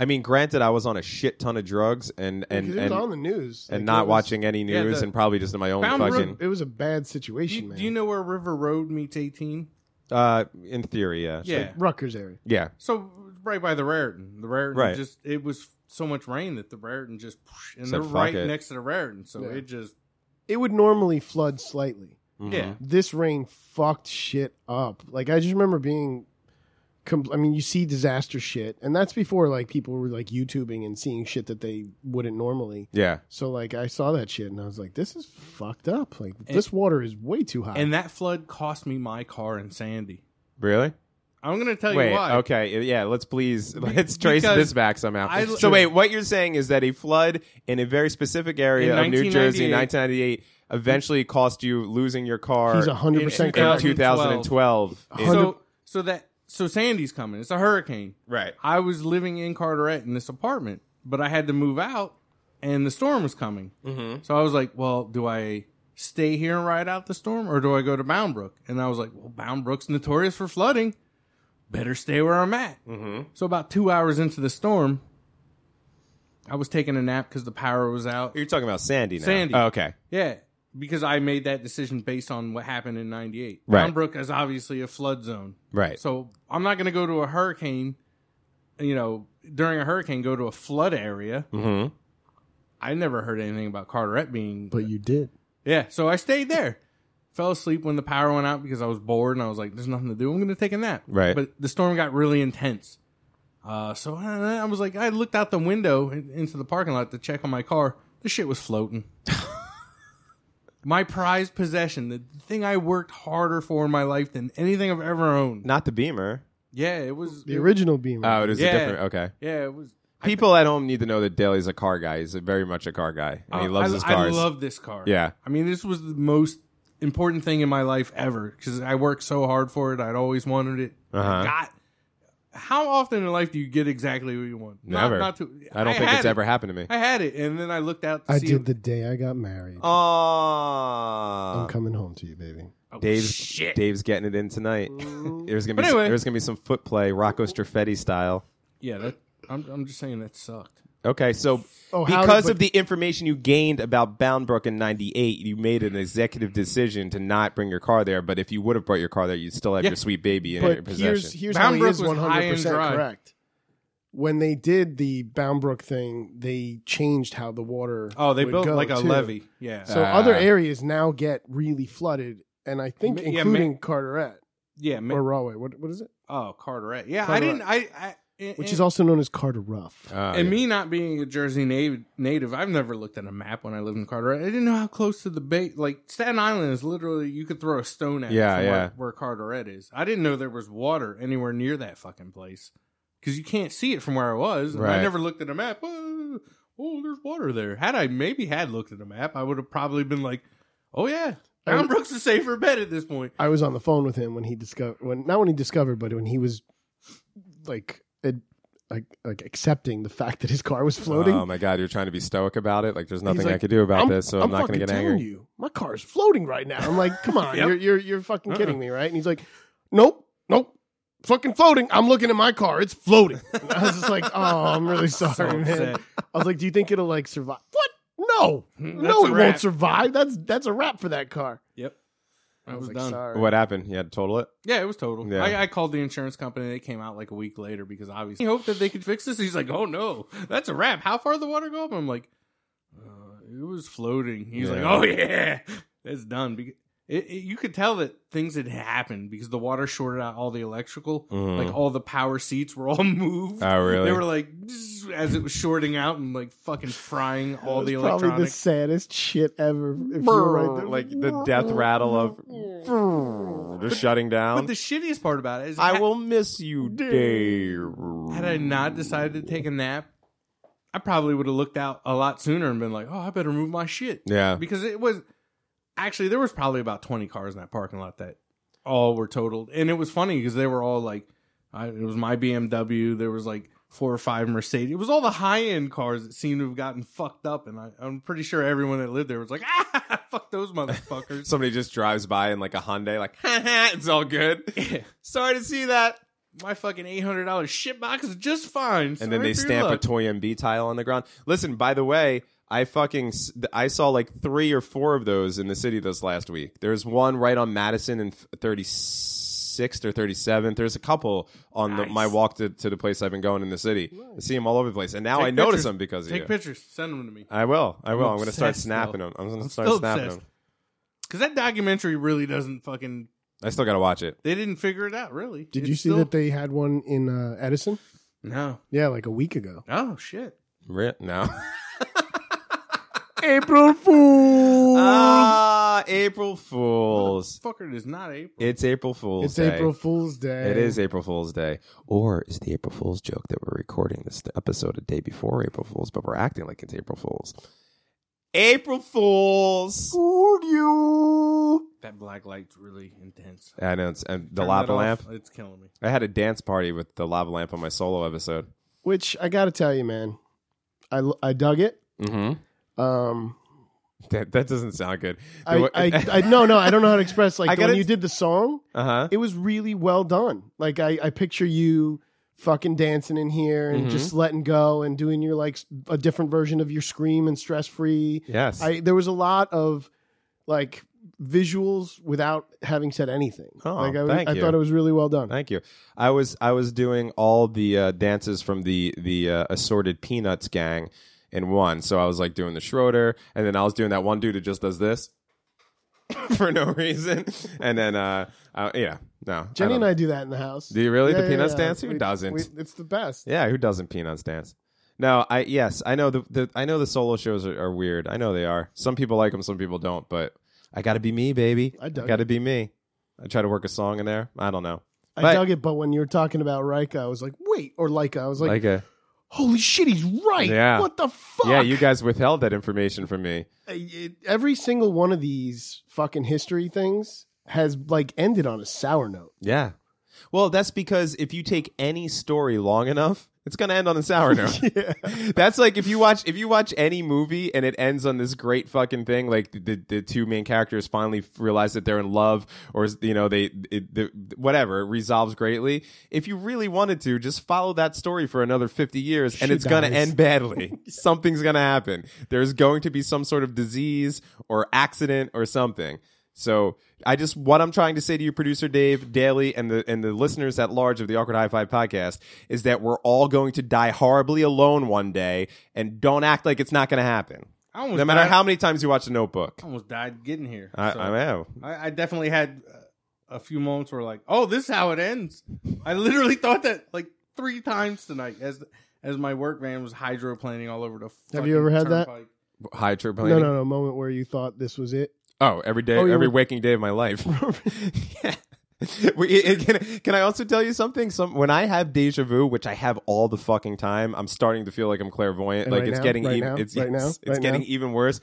A: I mean, granted, I was on a shit ton of drugs and, and,
B: Because it was
A: and,
B: on the news.
A: and
B: Like, it
A: not
B: was-
A: watching any
C: Yeah,
A: news
C: the-
A: and probably just in my own
C: Bound Road-
A: fucking.
B: It was a bad situation,
C: you,
B: man.
C: do you know where River Road meets 18?
A: Uh, in theory, yeah.
C: Yeah.
B: Rutgers area.
A: Yeah.
C: So right by the Raritan. The Raritan
A: Right.
C: just it was so much rain that the Raritan just poosh, and
A: Said,
C: they're
A: "Fuck
C: right
A: it."
C: next to the Raritan. So
B: Yeah.
C: it just
B: It would normally flood slightly.
A: Mhm.
C: yeah.
B: this rain fucked shit up. Like I just remember being, compl- I mean, you see disaster shit, and that's before like people were like YouTubing and seeing shit that they wouldn't normally.
A: Yeah.
B: So like I saw that shit and I was like, this is fucked up. Like this water is way too high.
C: And that flood cost me my car and Sandy.
A: Really?
C: I'm gonna tell
A: wait,
C: you why.
A: okay, yeah, let's please let's trace
C: because
A: this back somehow.
C: I-
A: so wait, what you're saying is that a flood in a very specific area
C: In
A: of New Jersey in
C: 1998
A: 1998 eventually cost you losing your car
B: He's hundred percent
C: in- in
A: in
B: correct.
A: 2012. in-
C: So so that so Sandy's coming. It's a hurricane.
A: right.
C: I was living in Carteret in this apartment, but I had to move out, and the storm was coming. Mm-hmm. So I was like, well, do I stay here and ride out the storm, or do I go to Boundbrook? And I was like, well, Boundbrook's notorious for flooding. Better stay where I'm at. Mm-hmm. So about two hours into the storm, I was taking a nap because the power was out.
A: You're talking about Sandy now.
C: Sandy.
A: Oh, okay.
C: Yeah, because I made that decision based on what happened in '98.
A: Right.
C: Brownbrook is obviously a flood zone,
A: Right.
C: so I'm not going to go to a hurricane. You know, during a hurricane, go to a flood area.
A: Mhm.
C: I never heard anything about Carteret being.
B: But you did.
C: yeah, so I stayed there. Fell asleep when the power went out because I was bored and I was like, "There's nothing to do. I'm going to take a nap."
A: Right.
C: But the storm got really intense. Uh, so I, I was like, I looked out the window in- into the parking lot to check on my car. The shit was floating. my prized possession, the thing I worked harder for in my life than anything I've ever owned.
A: Not the Beamer.
C: Yeah, it was
B: The
C: it-
B: original Beamer.
A: Oh, it was
C: Yeah.
A: a different. Okay.
C: Yeah, it was.
A: People at home need to know that Daley's a car guy. He's a very much a car guy,
C: Oh,
A: and he
C: Uh, I-
A: loves
C: I,
A: his
C: I
A: cars.
C: love this car.
A: Yeah.
C: I mean, this was the most important thing in my life ever because I worked so hard for it. I'd always wanted it.
A: Uh-huh.
C: Got. How often in life do you get exactly what you want? Not-
A: Never.
C: Not, too,
A: I don't think
C: had
A: it's
C: it.
A: ever happened to me.
C: I had it, and then I looked out. To
B: I
C: see
B: did the day I got married.
A: Oh,
B: I'm coming home to you, baby.
C: oh,
A: Dave's
C: shit.
A: Dave's getting it in tonight. There's gonna be
C: But anyway.
A: there's gonna be some foot play, Rocco Strafetti style.
C: Yeah, that, I'm, I'm just saying that sucked.
A: Okay, so
B: Oh, how did-
A: because
B: but-
A: of the information you gained about Boundbrook in '98, you made an executive decision to not bring your car there. But if you would have brought your car there, you'd still have
C: Yeah.
A: your sweet baby in your
B: But
A: possession.
B: here's here's how he
C: Boundbrook
B: is
C: was
B: one
C: high
B: hundred
C: and
B: percent
C: dry.
B: correct. When they did the Boundbrook thing, they changed how the water.
C: Oh, they
B: would
C: built
B: go,
C: like a
B: too.
C: levee. Yeah.
B: So
A: Ah.
B: other areas now get really flooded, and I
C: Ma-
B: think
C: yeah, ma-
B: including Carteret
C: yeah. ma-
B: or Rahway. What what is it?
C: oh, Carteret. Yeah,
B: Carteret.
C: I didn't. I. I
B: Which
C: and-
B: is also known as Carter Rough.
A: Oh,
C: and
A: yeah.
C: me not being a Jersey native, native, I've never looked at a map when I lived in Carteret. I didn't know how close to the bay. Like Staten Island is literally you could throw a stone at.
A: Yeah,
C: from
A: yeah.
C: Where, where Carteret is, I didn't know there was water anywhere near that fucking place because you can't see it from where I was. And
A: Right.
C: I never looked at a map. Oh, oh, there's water there. Had I maybe had looked at a map, I would have probably been like, oh yeah,
B: I would-
C: Brown Brook's a safer bet at this point.
B: I was on the phone with him when he discovered when not when he discovered, but when he was like ad, like like accepting the fact that his car was floating.
A: Oh my god, you're trying to be stoic about it. Like there's
B: He's
A: nothing I
B: like,
A: could do about
B: I'm-
A: this, so I'm, not going
B: fucking
A: to get
B: telling
A: angry.
B: You, my car is floating right now. I'm like, come on,
C: Yep.
B: you're, you're you're fucking
C: Uh-uh.
B: kidding me, right? And he's like, nope, nope, fucking floating. I'm looking at my car. It's floating. And I was just like, oh, I'm really sorry,
C: So
B: man.
C: upset.
B: I was like, do you think it'll like survive? What? No,
C: That's
B: no,
C: a
B: it
C: wrap.
B: won't survive. That's that's a wrap for that car.
C: Yep, I was
B: like,
C: done.
B: sorry.
A: What happened? You had to total it.
C: Yeah, it was total.
A: Yeah.
C: I, I called the insurance company. They came out like a week later because obviously he hoped that they could fix this. He's like, "Oh no, that's a wrap." How far did the water go up? I'm like, uh, "It was floating." He's like,
A: Yeah.
C: "Oh yeah, it's done." Because it, it, you could tell that things had happened because the water shorted out all the electrical.
B: Mm-hmm.
A: Mhm.
C: Like all the power seats were all moved.
A: Oh really?
C: They were like zzz, as it was shorting out and like fucking frying all
B: That
C: the
B: was probably the
C: electronics.
B: saddest shit ever. If you were right there. mm-hmm.
A: like the death rattle of just shutting
C: But
A: down.
C: the shittiest part about it is
A: I will miss you, Dave.
C: Had I not decided to take a nap, I probably would have looked out a lot sooner and been like, "Oh, I better move my shit."
A: Yeah.
C: Because it was actually there was probably about 20 cars in that parking lot that all were totaled. And it was funny because they were all like I, it was my BMW, there was like four or five Mercedes. It was all the high-end cars that seemed to have gotten fucked up and I, I'm pretty sure everyone that lived there was like, "Ah, fuck those motherfuckers."
A: Somebody just drives by in like a Hyundai, like, "Ha ha, it's all good. Sorry to see that.
C: my fucking $800 shit box is just fine.
A: and then they stamp a toy MB tile on the ground. Listen, by the way, I fucking s- th- I saw like three or four of those in the city this last week. There's one right on Madison and thirty sixth or thirty seventh. There's a couple on the,
C: Nice.
A: my walk to, to the place I've been going in the city. I see them all over the place, and now
C: Take
A: I notice
C: pictures.
A: them because of
C: Take
A: you.
C: pictures, send them to me.
A: I will. I will. I'm, going to start
C: obsessed,
A: snapping
C: though.
A: them. I'm going to
C: I'm
A: start
C: still
A: snapping
C: obsessed.
A: them.
C: Because that documentary really doesn't fucking.
A: I still got to watch it.
C: They didn't figure it out, really.
B: Did
C: It's
B: you see
C: still-
B: that they had one in uh, Edison?
C: No.
B: Yeah, like a week ago.
C: Oh shit.
A: Re- No.
B: April Fool.
A: ah, April Fools.
C: Fucker, it is not April.
A: It's April Fools.
B: it's
A: Day.
B: April Fool's Day.
A: It is April Fool's Day. Or is the April Fool's joke that we're recording this episode a day before April Fool's, but we're acting like it's April Fool's? April Fool's! Fooled you!
C: that black light's really intense.
A: I know it's and the
C: Turn
A: lava
C: that off.
A: lamp.
C: It's killing me.
A: I had a dance party with the lava lamp on my solo episode.
B: Which I gotta tell you, man, I I dug it.
A: Mm-hmm.
B: Um,
A: That, that doesn't sound good.
B: I, I, I no no I don't know how to express
A: I
B: like
A: gotta-
B: when you did the song,
A: uh huh.
B: it was really well done. Like I I picture you fucking dancing in here and
A: Mhm.
B: just letting go and doing your like s- a different version of your scream and stress free.
A: Yes.
B: I there was a lot of like visuals without having said anything.
A: Oh,
B: like I, was-
A: thank
B: I
A: you.
B: thought it was really well done.
A: Thank you. I was I was doing all the uh, dances from the the uh, assorted peanuts gang in one. So I was like doing the Schroeder, and then I was doing that one dude who just does this for no reason, and then uh, uh yeah, no.
B: Jenny
A: don't-
B: and I do that in the house.
A: Do you really?
B: Yeah,
A: The
B: yeah,
A: peanuts
B: yeah.
A: dance? Who
B: We-
A: doesn't?
B: we- it's the best.
A: yeah, who doesn't peanuts dance? No, I yes, I know the, the I know the solo shows are, are weird. I know they are. Some people like them, some people don't. But I got to be me, baby.
B: I dug
A: got to be me. I try to work a song in there. I don't know.
B: I
A: But-
B: dug it, but when you were talking about Rika, I was like, wait, or Leica, I was like,
A: Like a
B: holy shit, he's right.
A: Yeah.
B: What the fuck?
A: yeah, you guys withheld that information from me.
B: I- it- every single one of these fucking history things has like ended on a sour note.
A: Yeah. Well, that's because if you take any story long enough, it's gonna end on a sour note. That's like if you watch if you watch any movie and it ends on this great fucking thing, like the the, the two main characters finally f- realize that they're in love, or you know they it, the, whatever it resolves greatly. If you really wanted to, just follow that story for another fifty years, and
B: She
A: it's gonna
B: dies.
A: end badly. Something's gonna happen. There's going to be some sort of disease or accident or something. So I just what I'm trying to say to you, producer Dave Daly, and the and the listeners at large of the Awkward High Five podcast is that we're all going to die horribly alone one day, and don't act like it's not going to happen.
C: I almost
A: No matter
C: died-
A: how many times you watch The Notebook,
C: I almost died getting here.
A: I,
C: so.
A: I know.
C: I, I definitely had uh, a few moments where like, oh, this is how it ends. I literally thought that like three times tonight as as my work van was hydroplaning all over the.
B: Have you ever
C: fucking
B: had that?
C: turnpike.
A: High trip
B: No, no, no. Moment where you thought this was it.
A: Oh, every day,
B: Oh, you
A: every
B: were-
A: waking day of my life. yeah. We, it- it- can, can I also tell you something? Some when I have deja vu, which I have all the fucking time, I'm starting to feel like I'm clairvoyant.
B: And
A: like
B: right
A: it's
B: now?
A: getting
B: Right
A: even,
B: now?
A: it's,
B: Right now?
A: it's, it's
B: Right
A: getting
B: now?
A: even worse.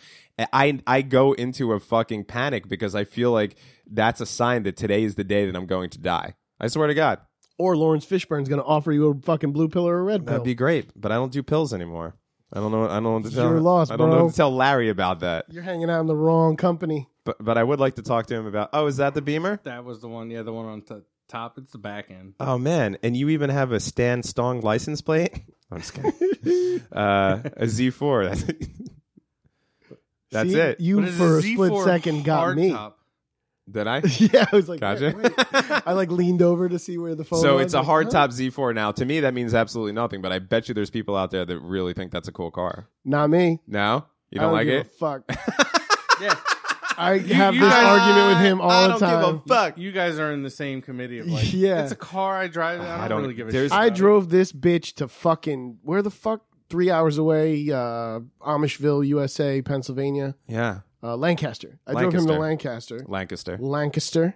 A: I I go into a fucking panic because I feel like that's a sign that today is the day that I'm going to die. I swear to God,
B: Or Lawrence Fishburne's going to offer you a fucking blue pill or a red pill.
A: that'd be great. But I don't do pills anymore. I don't know. I don't know what to tell.
B: You're lost,
A: I don't know
B: bro.
A: what to tell Larry about that.
B: You're hanging out in the wrong company.
A: But but I would like to talk to him about. Oh, is that the Beamer?
C: That was the one. Yeah, the one on t- top. It's the back end.
A: Oh man, and you even have a Stan Stong license plate? I'm just kidding. uh, a Z4. That's, that's
B: See,
A: it.
B: You
C: But it's
B: for a split
C: Z4
B: second got me.
C: hardtop.
A: Did I?
B: Yeah, I was like,
A: Gotcha.
B: wait, wait. I like leaned over to see where the phone.
A: so
B: was.
A: it's a
B: Like,
A: hard
B: huh?
A: top Z4 now. To me, that means absolutely nothing. But I bet you there's people out there that really think that's a cool car.
B: Not me.
A: No, you
B: I
A: don't, like
B: give
A: it?
B: A fuck.
C: Yeah,
B: I have
C: you
B: this
C: guys-
B: argument with him all
A: I
B: the
A: don't
B: time.
A: give a fuck.
C: you guys are in the same committee of like,
B: Yeah.
C: it's a car I drive. I don't,
A: I don't-
C: really give a
A: there's-
C: shit.
B: I
C: about it.
B: drove this bitch to fucking where the fuck three hours away, uh, Amishville, USA, Pennsylvania,
A: Yeah,
B: uh, Lancaster. I drove him to Lancaster,
A: Lancaster.
B: Lancaster,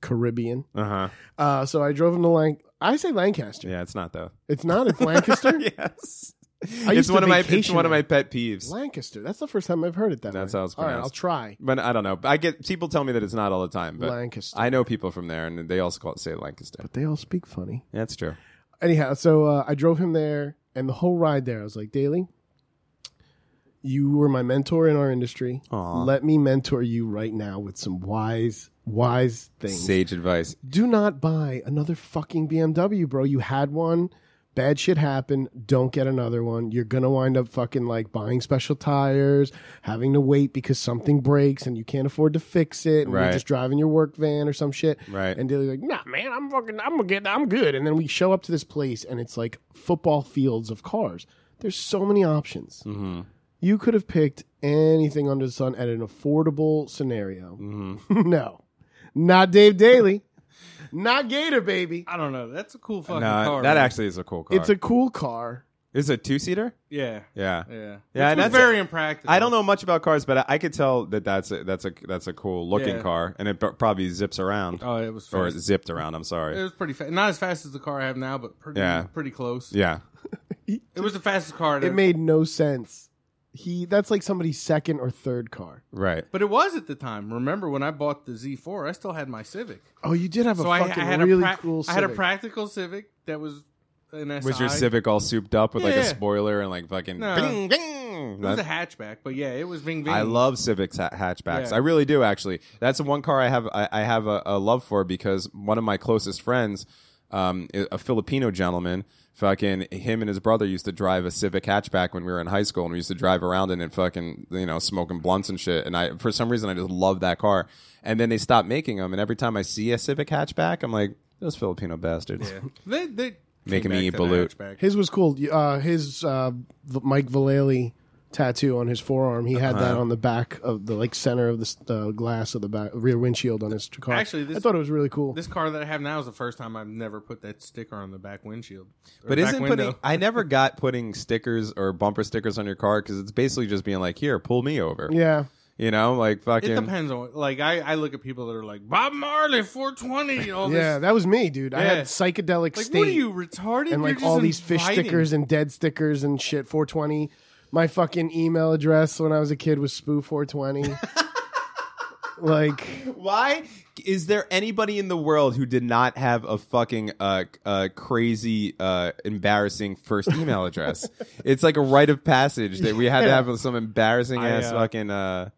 B: Caribbean.
A: Uh huh.
B: Uh, so I drove him to Lanc. I say Lancaster.
A: Yeah, it's not though.
B: It's not. It's Lancaster.
A: yes.
B: used
A: It's
B: to
A: one of my it's
B: vacation
A: one of my
B: there.
A: pet peeves.
B: Lancaster. That's the first time I've heard it that
A: That's
B: way.
A: how it's
B: All right,
A: pronounced.
B: I'll try.
A: But I don't know. I get people tell me that it's not all the time. But
B: Lancaster.
A: I know people from there, and they also call it, say Lancaster.
B: they all speak funny.
A: That's true.
B: anyhow, so uh, I drove him there, and the whole ride there, I was like, Daly, you were my mentor in our industry.
A: Aw.
B: Let me mentor you right now with some wise, wise things.
A: Sage advice.
B: Do not buy another fucking BMW, bro. You had one. Bad shit happened. Don't get another one. You're gonna wind up fucking like buying special tires, having to wait because something breaks and you can't afford to fix it, and
A: Right.
B: you're just driving your work van or some shit.
A: Right.
B: And Daly's like, Nah, man, I'm fucking, I'm gonna get, I'm good. And then we show up to this place and it's like football fields of cars. There's so many options.
A: Mm-hmm.
B: You could have picked anything under the sun at an affordable scenario.
A: Mm-hmm.
B: no, not Dave Daly, not Gator Baby.
C: I don't know. That's a cool fucking
A: No,
C: car.
A: that
C: man.
A: actually is a cool car.
B: It's a cool car.
A: it's a two seater.
C: yeah,
A: Yeah.
C: yeah,
A: Yeah,
C: Which was
A: that's-
C: very impractical.
A: I don't know much about cars, but I, I could tell that that's a, that's a that's a cool looking
C: Yeah.
A: car, and it pr- probably zips around
C: Oh, it was
A: or
C: fast.
A: zipped around. I'm
C: It
A: sorry.
C: was pretty fast. Not as fast as the car I have now, but pretty
A: Yeah.
C: pretty close.
A: Yeah.
C: It was the fastest car.
B: It
C: That,
B: made no sense. He that's like somebody's second or third car.
A: Right.
C: but it was at the time. Remember when I bought the Z4? I still had my Civic.
B: Oh, you did have a
C: So I, I
B: fucking
C: had
B: really
C: a pra-
B: cool.
C: I had a
B: Civic.
C: practical Civic that was an SI.
A: Was your Civic all souped up with like
C: Yeah.
A: a spoiler and like fucking?
C: No.
A: Bing, bing?
C: It was a
A: That-
C: hatchback, but yeah, it was Ving Ving.
A: I love Civics ha- hatchbacks.
C: Yeah.
A: I really do actually. That's the one car I have. I, I have a, a love for because one of my closest friends, um, i- a Filipino gentleman, fucking him and his brother used to drive a Civic hatchback when we were in high school, and we used to drive around in it, fucking you know, smoking blunts and shit. And I, for some reason, I just love that car. And then they stopped making them, and every time I see a Civic hatchback, I'm like, those Filipino bastards.
C: Yeah. They, they came
A: Making
C: back
A: me eat
C: to the
A: balut.
C: hatchback.
B: His was cool. Uh, his uh, V- Mike Vallely tattoo on his forearm. He had that on the back of the like center of the s- uh, glass of the back rear windshield on his car.
C: Actually, this-
B: I thought it was really cool.
C: This car that I have now is the first time I've never put that sticker on the back windshield. or
A: But
C: back
A: isn't
C: window.
A: putting? I never got putting stickers or bumper stickers on your car because it's basically just being like, "Here, pull me over."
B: yeah,
A: You know, like
C: It
A: fucking.
C: depends on like I, I look at people that are like Bob Marley 420 all
B: yeah,
C: this
B: that was me, dude. I
C: Yeah.
B: had psychedelic
C: like
B: state.
C: what are you retarded
B: and
C: You're
B: like
C: just
B: all these fish
C: inviting-
B: stickers and dead stickers and shit. 420. My fucking email address when I was a kid was spoo420. like
A: Why is there anybody in the world who did not have a fucking uh, uh crazy uh embarrassing first email address? it's like a rite of passage that we had to have some embarrassing
C: I,
A: ass
C: uh,
A: fucking uh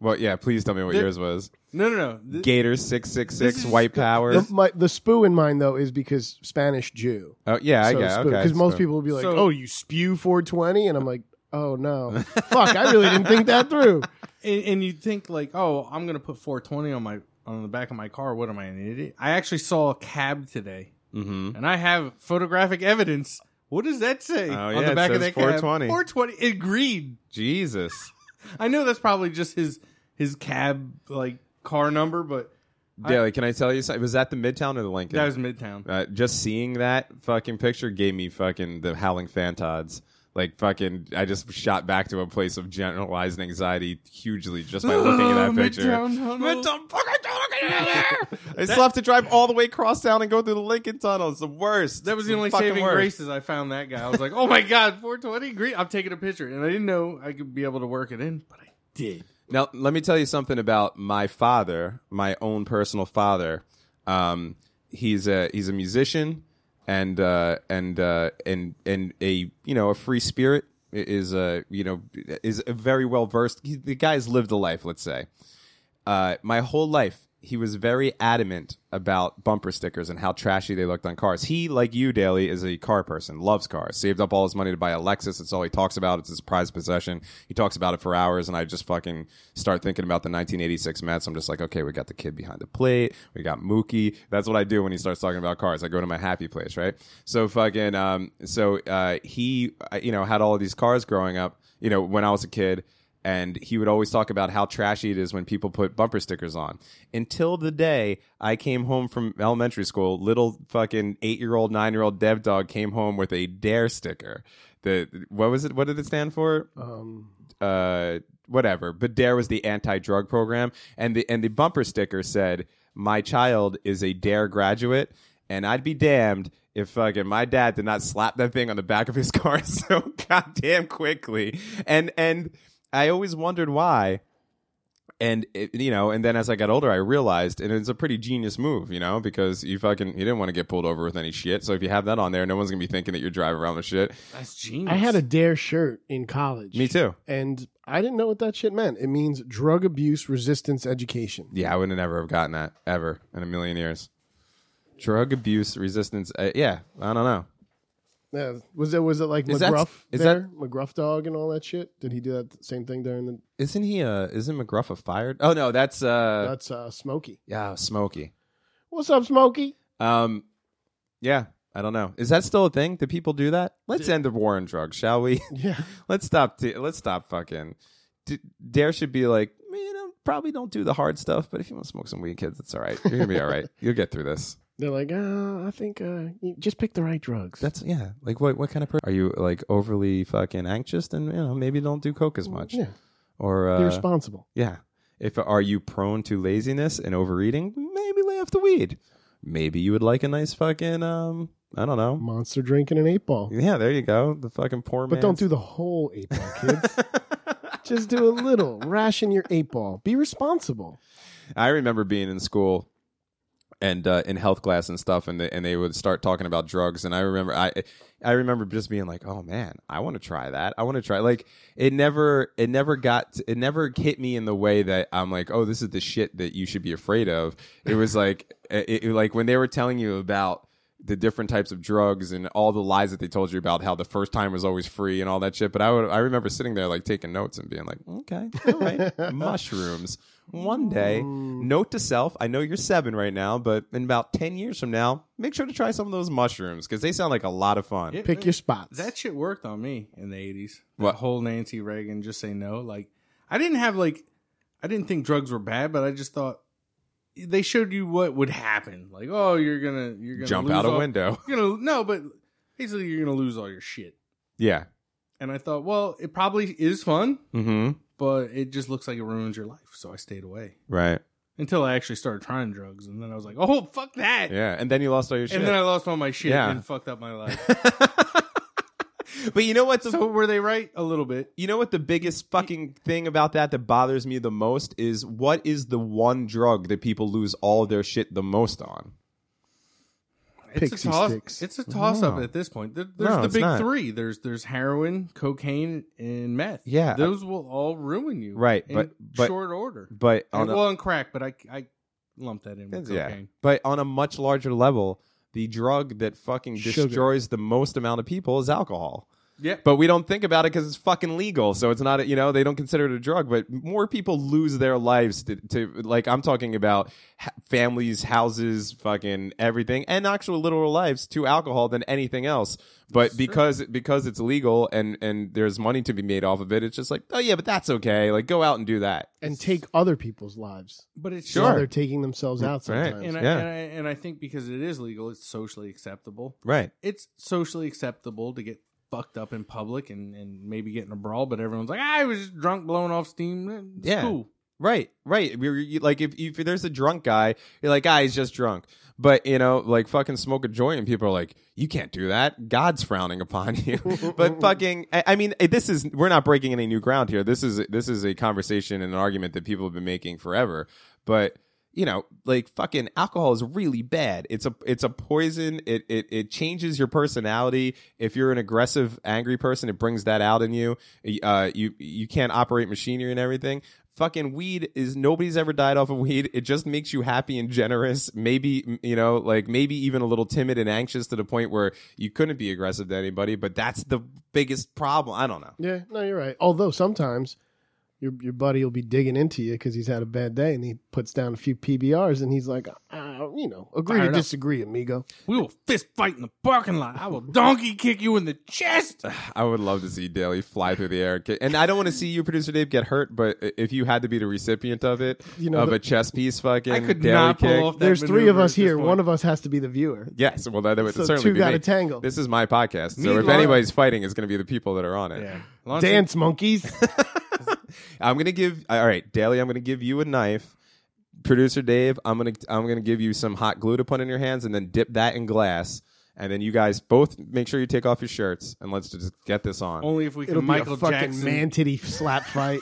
A: well yeah, please tell me what yours was.
C: No, no, no. Th-
A: Gator six six
C: this
A: six
C: is
A: white
C: good.
A: power.
B: the, my, the spoo in mine though is because Spanish Jew.
A: Oh yeah, I guess okay.
B: because most
A: so-
B: people will be like,
C: So-
B: "Oh, you spew 420," and I'm like, "Oh no, fuck! I really didn't think that through."
C: and, and you think like, oh, I'm gonna put 420 on my on the back of my car. What am I an idiot? I actually saw a cab today,
A: Mhm.
C: and I have photographic evidence. What does that say
A: Oh,
C: on
A: yeah,
C: the
A: it
C: back of
A: says
C: that cab?
A: 420.
C: 420 in green.
A: Jesus.
C: I know that's probably just his his cab like car number, but
A: Daly, can I tell you something? Was that the Midtown or the Lincoln?
C: that was Midtown.
A: uh, just seeing that fucking picture gave me fucking the howling fantods. Like fucking, I just shot back to a place of generalized anxiety hugely just by looking at that
C: Oh,
A: picture.
C: Midtown Tunnel.
A: Midtown fucking tunnel, get out of there! I still have to drive all the way across town and go through the Lincoln Tunnel. It's the worst.
C: That was
A: It's
C: the only
A: fucking
C: saving
A: worst.
C: grace is I found that guy. I was like, oh my god, 420 green. I'm taking a picture, and I didn't know I could be able to work it in, but I did.
A: Now, let me tell you something about my father, my own personal father. Um, he's a he's a musician and uh, and uh, and and a you know a free spirit I- is a you know is a very well versed. he- The guy's lived a life, let's say. Uh, my whole life, he was very adamant about bumper stickers and how trashy they looked on cars. He, like you, Daly, is a car person, loves cars, saved up all his money to buy a Lexus. It's all he talks about. It's his prized possession. He talks about it for hours, and I just fucking start thinking about the 1986 Mets. I'm just like, okay, we got the kid behind the plate. We got Mookie. That's what I do when he starts talking about cars. I go to my happy place, right? So fucking, um, so uh, he, uh, you know, had all of these cars growing up, you know, when I was a kid and he would always talk about how trashy it is when people put bumper stickers on. Until the day I came home from elementary school, little fucking eight year old, nine year old dev dog came home with a dare sticker. The what was it? What did it stand for?
B: Um,
A: uh, whatever. But Dare E was the anti-drug program, and the and the bumper sticker said, "My child is a Dare graduate," and I'd be damned if fucking my dad did not slap that thing on the back of his car so goddamn quickly. And and I always wondered why and it, you know, and then as I got older, I realized, and it's a pretty genius move, you know, because you fucking you didn't want to get pulled over with any shit. So if you have that on there, no one's gonna be thinking that you're driving around with shit.
C: That's genius.
B: I had a Dare shirt in college.
A: Me too.
B: And I didn't know what that shit meant. It means drug abuse resistance education.
A: Yeah, I would have never have gotten that ever in a million years. Drug abuse resistance. Uh, yeah, I don't know.
B: Yeah. Was it was it like
A: Is that-
B: McGruff
A: is
B: there? McGruff dog and all that shit? Did he do that same thing during the?
A: Isn't he? Uh, isn't McGruff a fired? Oh no, that's uh,
B: That's uh, Smokey.
A: yeah, Smokey.
B: What's up, Smokey?
A: Um, yeah, I don't know. Is that still a thing? Do people do that? Let's end the war on drugs, shall we?
B: Yeah.
A: let's stop. T- let's stop fucking. D- Dare should be like, man, I probably don't do the hard stuff, but if you want to smoke some weed, kids, it's all right. You're gonna be all right. You'll get through this.
B: They're like, uh, I think uh, you just pick the right drugs.
A: That's yeah. Like what what kind of person are you? Like overly fucking anxious, and you know maybe don't do coke as much.
B: yeah.
A: Or
B: Be
A: uh,
B: responsible.
A: yeah. If are you prone to laziness and overeating, maybe lay off the weed. Maybe you would like a nice fucking um. I don't know.
B: Monster drinking an eight ball.
A: Yeah, there you go. The fucking poor man.
B: But don't do the whole eight ball, kids. Just do a little. Ration your eight ball. Be responsible.
A: I remember being in school and uh, in health class and stuff, and they, and they would start talking about drugs. And I remember I I remember just being like, oh man, I want to try that. I want to try like it never it never got it never hit me in the way that I'm like, oh, this is the shit that you should be afraid of. It was like it, it- like when they were telling you about the different types of drugs and all the lies that they told you about how the first time was always free and all that shit. But I would I remember sitting there like taking notes and being like, okay, all right, mushrooms. One day, note to self. I know you're seven right now, but in about ten years from now, make sure to try some of those mushrooms because they sound like a lot of fun.
C: It-
B: Pick your spots.
C: That shit worked on me in the eighties.
A: What?
C: That whole Nancy Reagan just say no. Like I didn't have like I didn't think drugs were bad, but I just thought they showed you what would happen. Like, oh, you're gonna you're gonna
A: Jump
C: lose
A: out a
C: all-
A: window.
C: You're gonna no, but basically you're gonna lose all your shit.
A: yeah.
C: And I thought, well, it probably is fun,
A: Mm-hmm.
C: but it just looks like it ruins your life. So I stayed away
A: Right.
C: until I actually started trying drugs, and then I was like, oh, fuck that.
A: Yeah. And then you lost all your shit.
C: And then I lost all my shit
A: Yeah.
C: and fucked up my life.
A: but you know what's
C: So were they right? A little bit.
A: you know what the biggest fucking thing about that that bothers me the most is what is the one drug that people lose all their shit the most on?
C: It's
B: Pixie
C: a toss.
B: sticks.
C: It's a toss up
A: No.
C: at this point. There- There's
A: No,
C: the
A: it's
C: big
A: not.
C: three. There's there's heroin, cocaine, and meth.
A: Yeah.
C: those will all ruin you.
A: Right,
C: in
A: but- but-
C: short order.
A: But on
C: And,
A: a,
C: well, and crack, but I I lump that in with
A: yeah,
C: cocaine.
A: but on a much larger level, the drug that fucking
B: Sugar.
A: destroys the most amount of people is alcohol.
C: Yeah,
A: But we don't think about it because it's fucking legal, so it's not. a- You know, they don't consider it a drug. But more people lose their lives to, to like I'm talking about ha- families, houses, fucking everything, and actual literal lives to alcohol than anything else. But because because it's legal and and there's money to be made off of it, it's just like oh yeah, but that's okay. Like go out and do that.
B: and take other people's lives.
C: but it's
B: Sure.
A: Sure.
B: they're taking themselves out
A: Right.
B: sometimes.
C: and I,
A: Yeah.
C: and I and I think because it is legal, it's socially acceptable.
A: Right.
C: It's socially acceptable to get fucked up in public and and maybe get in a brawl, but everyone's like, I was just drunk, blowing off steam. It's
A: Yeah.
C: cool.
A: Right, right. We were, you, like if if there's a drunk guy, you're like, ah, he's just drunk. But you know, like fucking smoke a joint, and people are like, you can't do that. God's frowning upon you. but fucking, I, I mean, this is we're not breaking any new ground here. This is this is a conversation and an argument that people have been making forever. But you know, like fucking alcohol is really bad. It's a it's a poison. It it it changes your personality. If you're an aggressive, angry person, it brings that out in you. Uh, you you can't operate machinery and everything. Fucking weed is nobody's ever died off of weed. It just makes you happy and generous. Maybe m- you know, like maybe even a little timid and anxious to the point where you couldn't be aggressive to anybody. But that's the biggest problem. I don't know.
B: Yeah, no, you're right. Although sometimes your your buddy will be digging into you because he's had a bad day and he puts down a few PBRs and he's like, uh, you know, agree
C: Fired
B: to
C: up.
B: disagree, amigo.
C: We will fist fight in the parking lot. I will donkey kick you in the chest.
A: I would love to see Daly fly through the air, and, get- and I don't want to see you, producer Dave, get hurt. But i- if you had to be the recipient of it,
B: You know,
A: of
B: the-
A: a chess piece, fucking
C: I could
A: Daly
C: not pull
A: kick.
C: off that
B: There's three of
C: maneuver
B: us
C: at this
B: here.
C: point.
B: One of us has to be the viewer.
A: Yes, well, that, that would
B: So
A: certainly
B: two
A: be
B: got
A: me.
B: a tangle.
A: This is my podcast, so if
C: Meanwhile-
A: anybody's fighting, it's going to be the people that are on it.
C: Yeah. Lawrence-
B: Dance monkeys.
A: I'm going to give. All right, Daly, I'm going to give you a knife. Producer Dave, I'm going to I'm going to give you some hot glue to put in your hands, and then dip that in glass. And then you guys both make sure you take off your shirts, and let's just get this on.
C: Only if we can
B: It'll
C: Michael
B: be a fucking
C: Jackson.
B: man titty slap fight.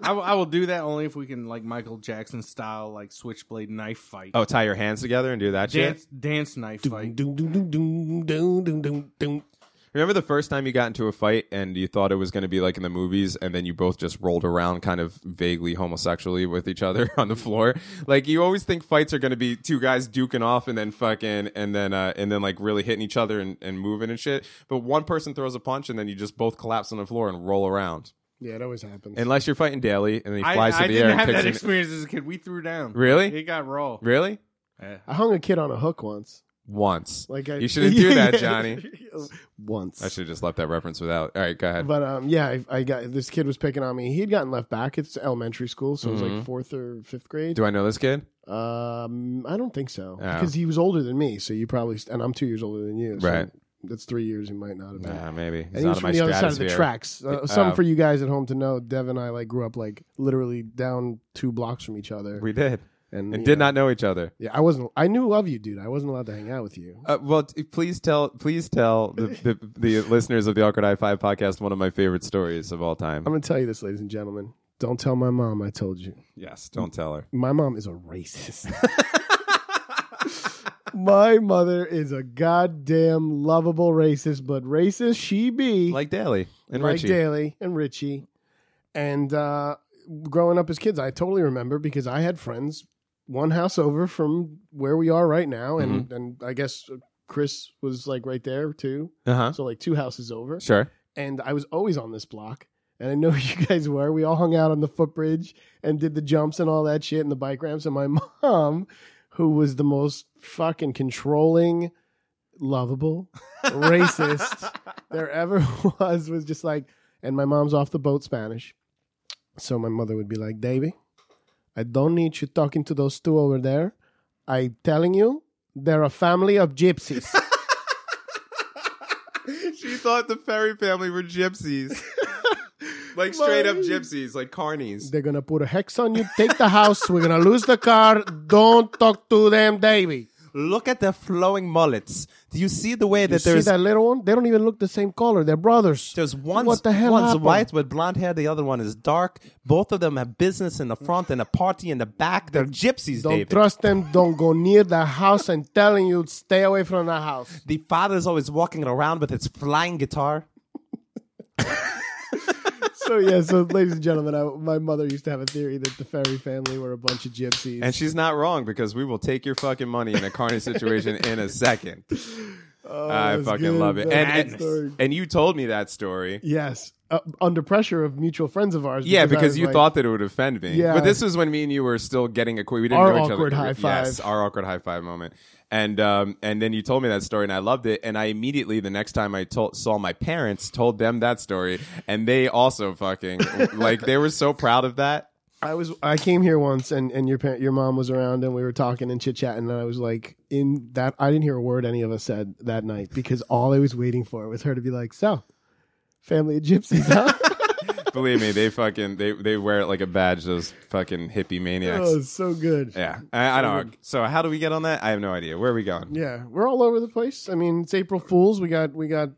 C: I, will- I will do that only if we can like Michael Jackson style like switchblade knife fight.
A: Oh, tie your hands together and do that shit.
C: dance dance knife
B: Doom,
C: fight.
B: doom, doom, doom, doom, doom, doom, doom, doom.
A: Remember the first time you got into a fight and you thought it was going to be like in the movies, and then you both just rolled around kind of vaguely homosexually with each other on the floor. Like you always think fights are going to be two guys duking off and then fucking and then uh, and then like really hitting each other and, and moving and shit. But one person throws a punch and then you just both collapse on the floor and roll around.
B: Yeah, it always happens.
A: Unless you're fighting Daly and then he
C: I,
A: flies
C: I
A: to the air
C: didn't
A: and
C: have
A: kicks
C: that
A: him.
C: experience as a kid. We threw down.
A: Really?
C: It got raw.
A: Really?
C: Yeah.
B: I hung a kid on a hook once.
A: Once.
B: Like I,
A: you shouldn't do that, Johnny.
B: once.
A: I should have just left that reference without. All right, go ahead.
B: But um, yeah, I, I got this kid was picking on me. He had gotten left back. It's elementary school, so it was like fourth or fifth grade.
A: Mm-hmm. Do I know this kid?
B: um, I don't think so
A: Oh.
B: because he was older than me. So you probably and I'm two years older than you. So
A: Right.
B: That's three years. He might not have been.
A: Nah, maybe. He's
B: And he
A: out
B: was
A: of
B: from
A: my
B: the other side of the
A: stratosphere.
B: tracks. Uh, something
A: Uh,
B: for you guys at home to know. Dev and I like grew up like literally down two blocks from each other,
A: We did.
B: and,
A: and
B: you
A: did
B: know,
A: not know each other.
B: Yeah, I wasn't. I knew of you, dude. I wasn't allowed to hang out with you.
A: Uh, well, t- please tell, please tell the, the, the listeners of the Awkward I Five podcast one of my favorite stories of all time.
B: I'm gonna tell you this, ladies and gentlemen. Don't tell my mom I told you.
A: yes, don't tell her.
B: My mom is a racist. My mother is a goddamn lovable racist, but racist she be
A: Like Daly and
B: like
A: Richie.
B: Daly and Richie. And uh, growing up as kids, I totally remember because I had friends one house over from where we are right now, and
A: Mm-hmm.
B: and I guess Chris was like right there too,
A: Uh huh.
B: so like two houses over
A: Sure.
B: and I was always on this block. And I know you guys were. We all hung out on the footbridge and did the jumps and all that shit and the bike ramps. And my mom, who was the most fucking controlling, lovable, racist there ever was, was just like, and my mom's off the boat Spanish. So my mother would be like, Davey, I don't need you talking to those two over there. i telling you, they're a family of gypsies.
A: she thought the Ferry family were gypsies, like
B: straight up
A: gypsies, like carnies.
B: They're gonna put a hex on you. Take the house. We're gonna lose the car. Don't talk to them, Davey.
A: Look at their flowing mullets. Do you see the way
B: You
A: that
B: see
A: there's
B: that little one? They don't even look the same color. They're brothers.
A: there's one's,
B: What the hell
A: one's
B: happened?
A: white with blonde hair, the other one is dark. Both of them have business in the front and a party in the back. They're gypsies,
B: Don't
A: David.
B: trust them. Don't go near the house. I'm telling you, stay away from the house.
A: the father's always walking around with his flying guitar.
B: So yeah, so ladies and gentlemen, I, my mother used to have a theory that the Ferry family were a bunch of gypsies.
A: And she's not wrong because we will take your fucking money in a carny situation in a second.
B: Oh,
A: I
B: that's
A: fucking
B: good.
A: love it.
B: That's a
A: And,
B: good story.
A: and, and you told me that story.
B: yes, uh, under pressure of mutual friends of ours.
A: Yeah,
B: I
A: because
B: was
A: you
B: like,
A: thought that it would offend me.
B: Yeah.
A: But this was when me and you were still getting acquainted. We didn't
B: Our
A: know each
B: awkward
A: other.
B: high
A: Yes,
B: five.
A: our awkward high five moment. And um, and then you told me that story, and I loved it. And I immediately, the next time I told, saw my parents, told them that story, and they also fucking like they were so proud of that.
B: I was. I came here once, and and your parent, your mom was around, and we were talking and chit chatting, and I was like, in that, I didn't hear a word any of us said that night because all I was waiting for was her to be like, so, family of gypsies, huh?
A: Believe me, they fucking they they wear it like a badge. Those fucking hippie maniacs.
B: oh, it's so good.
A: Yeah, I, I don't. know. So how do we get on that? I have no idea. Where are we going?
B: Yeah, we're all over the place. I mean, it's April Fools. We got we got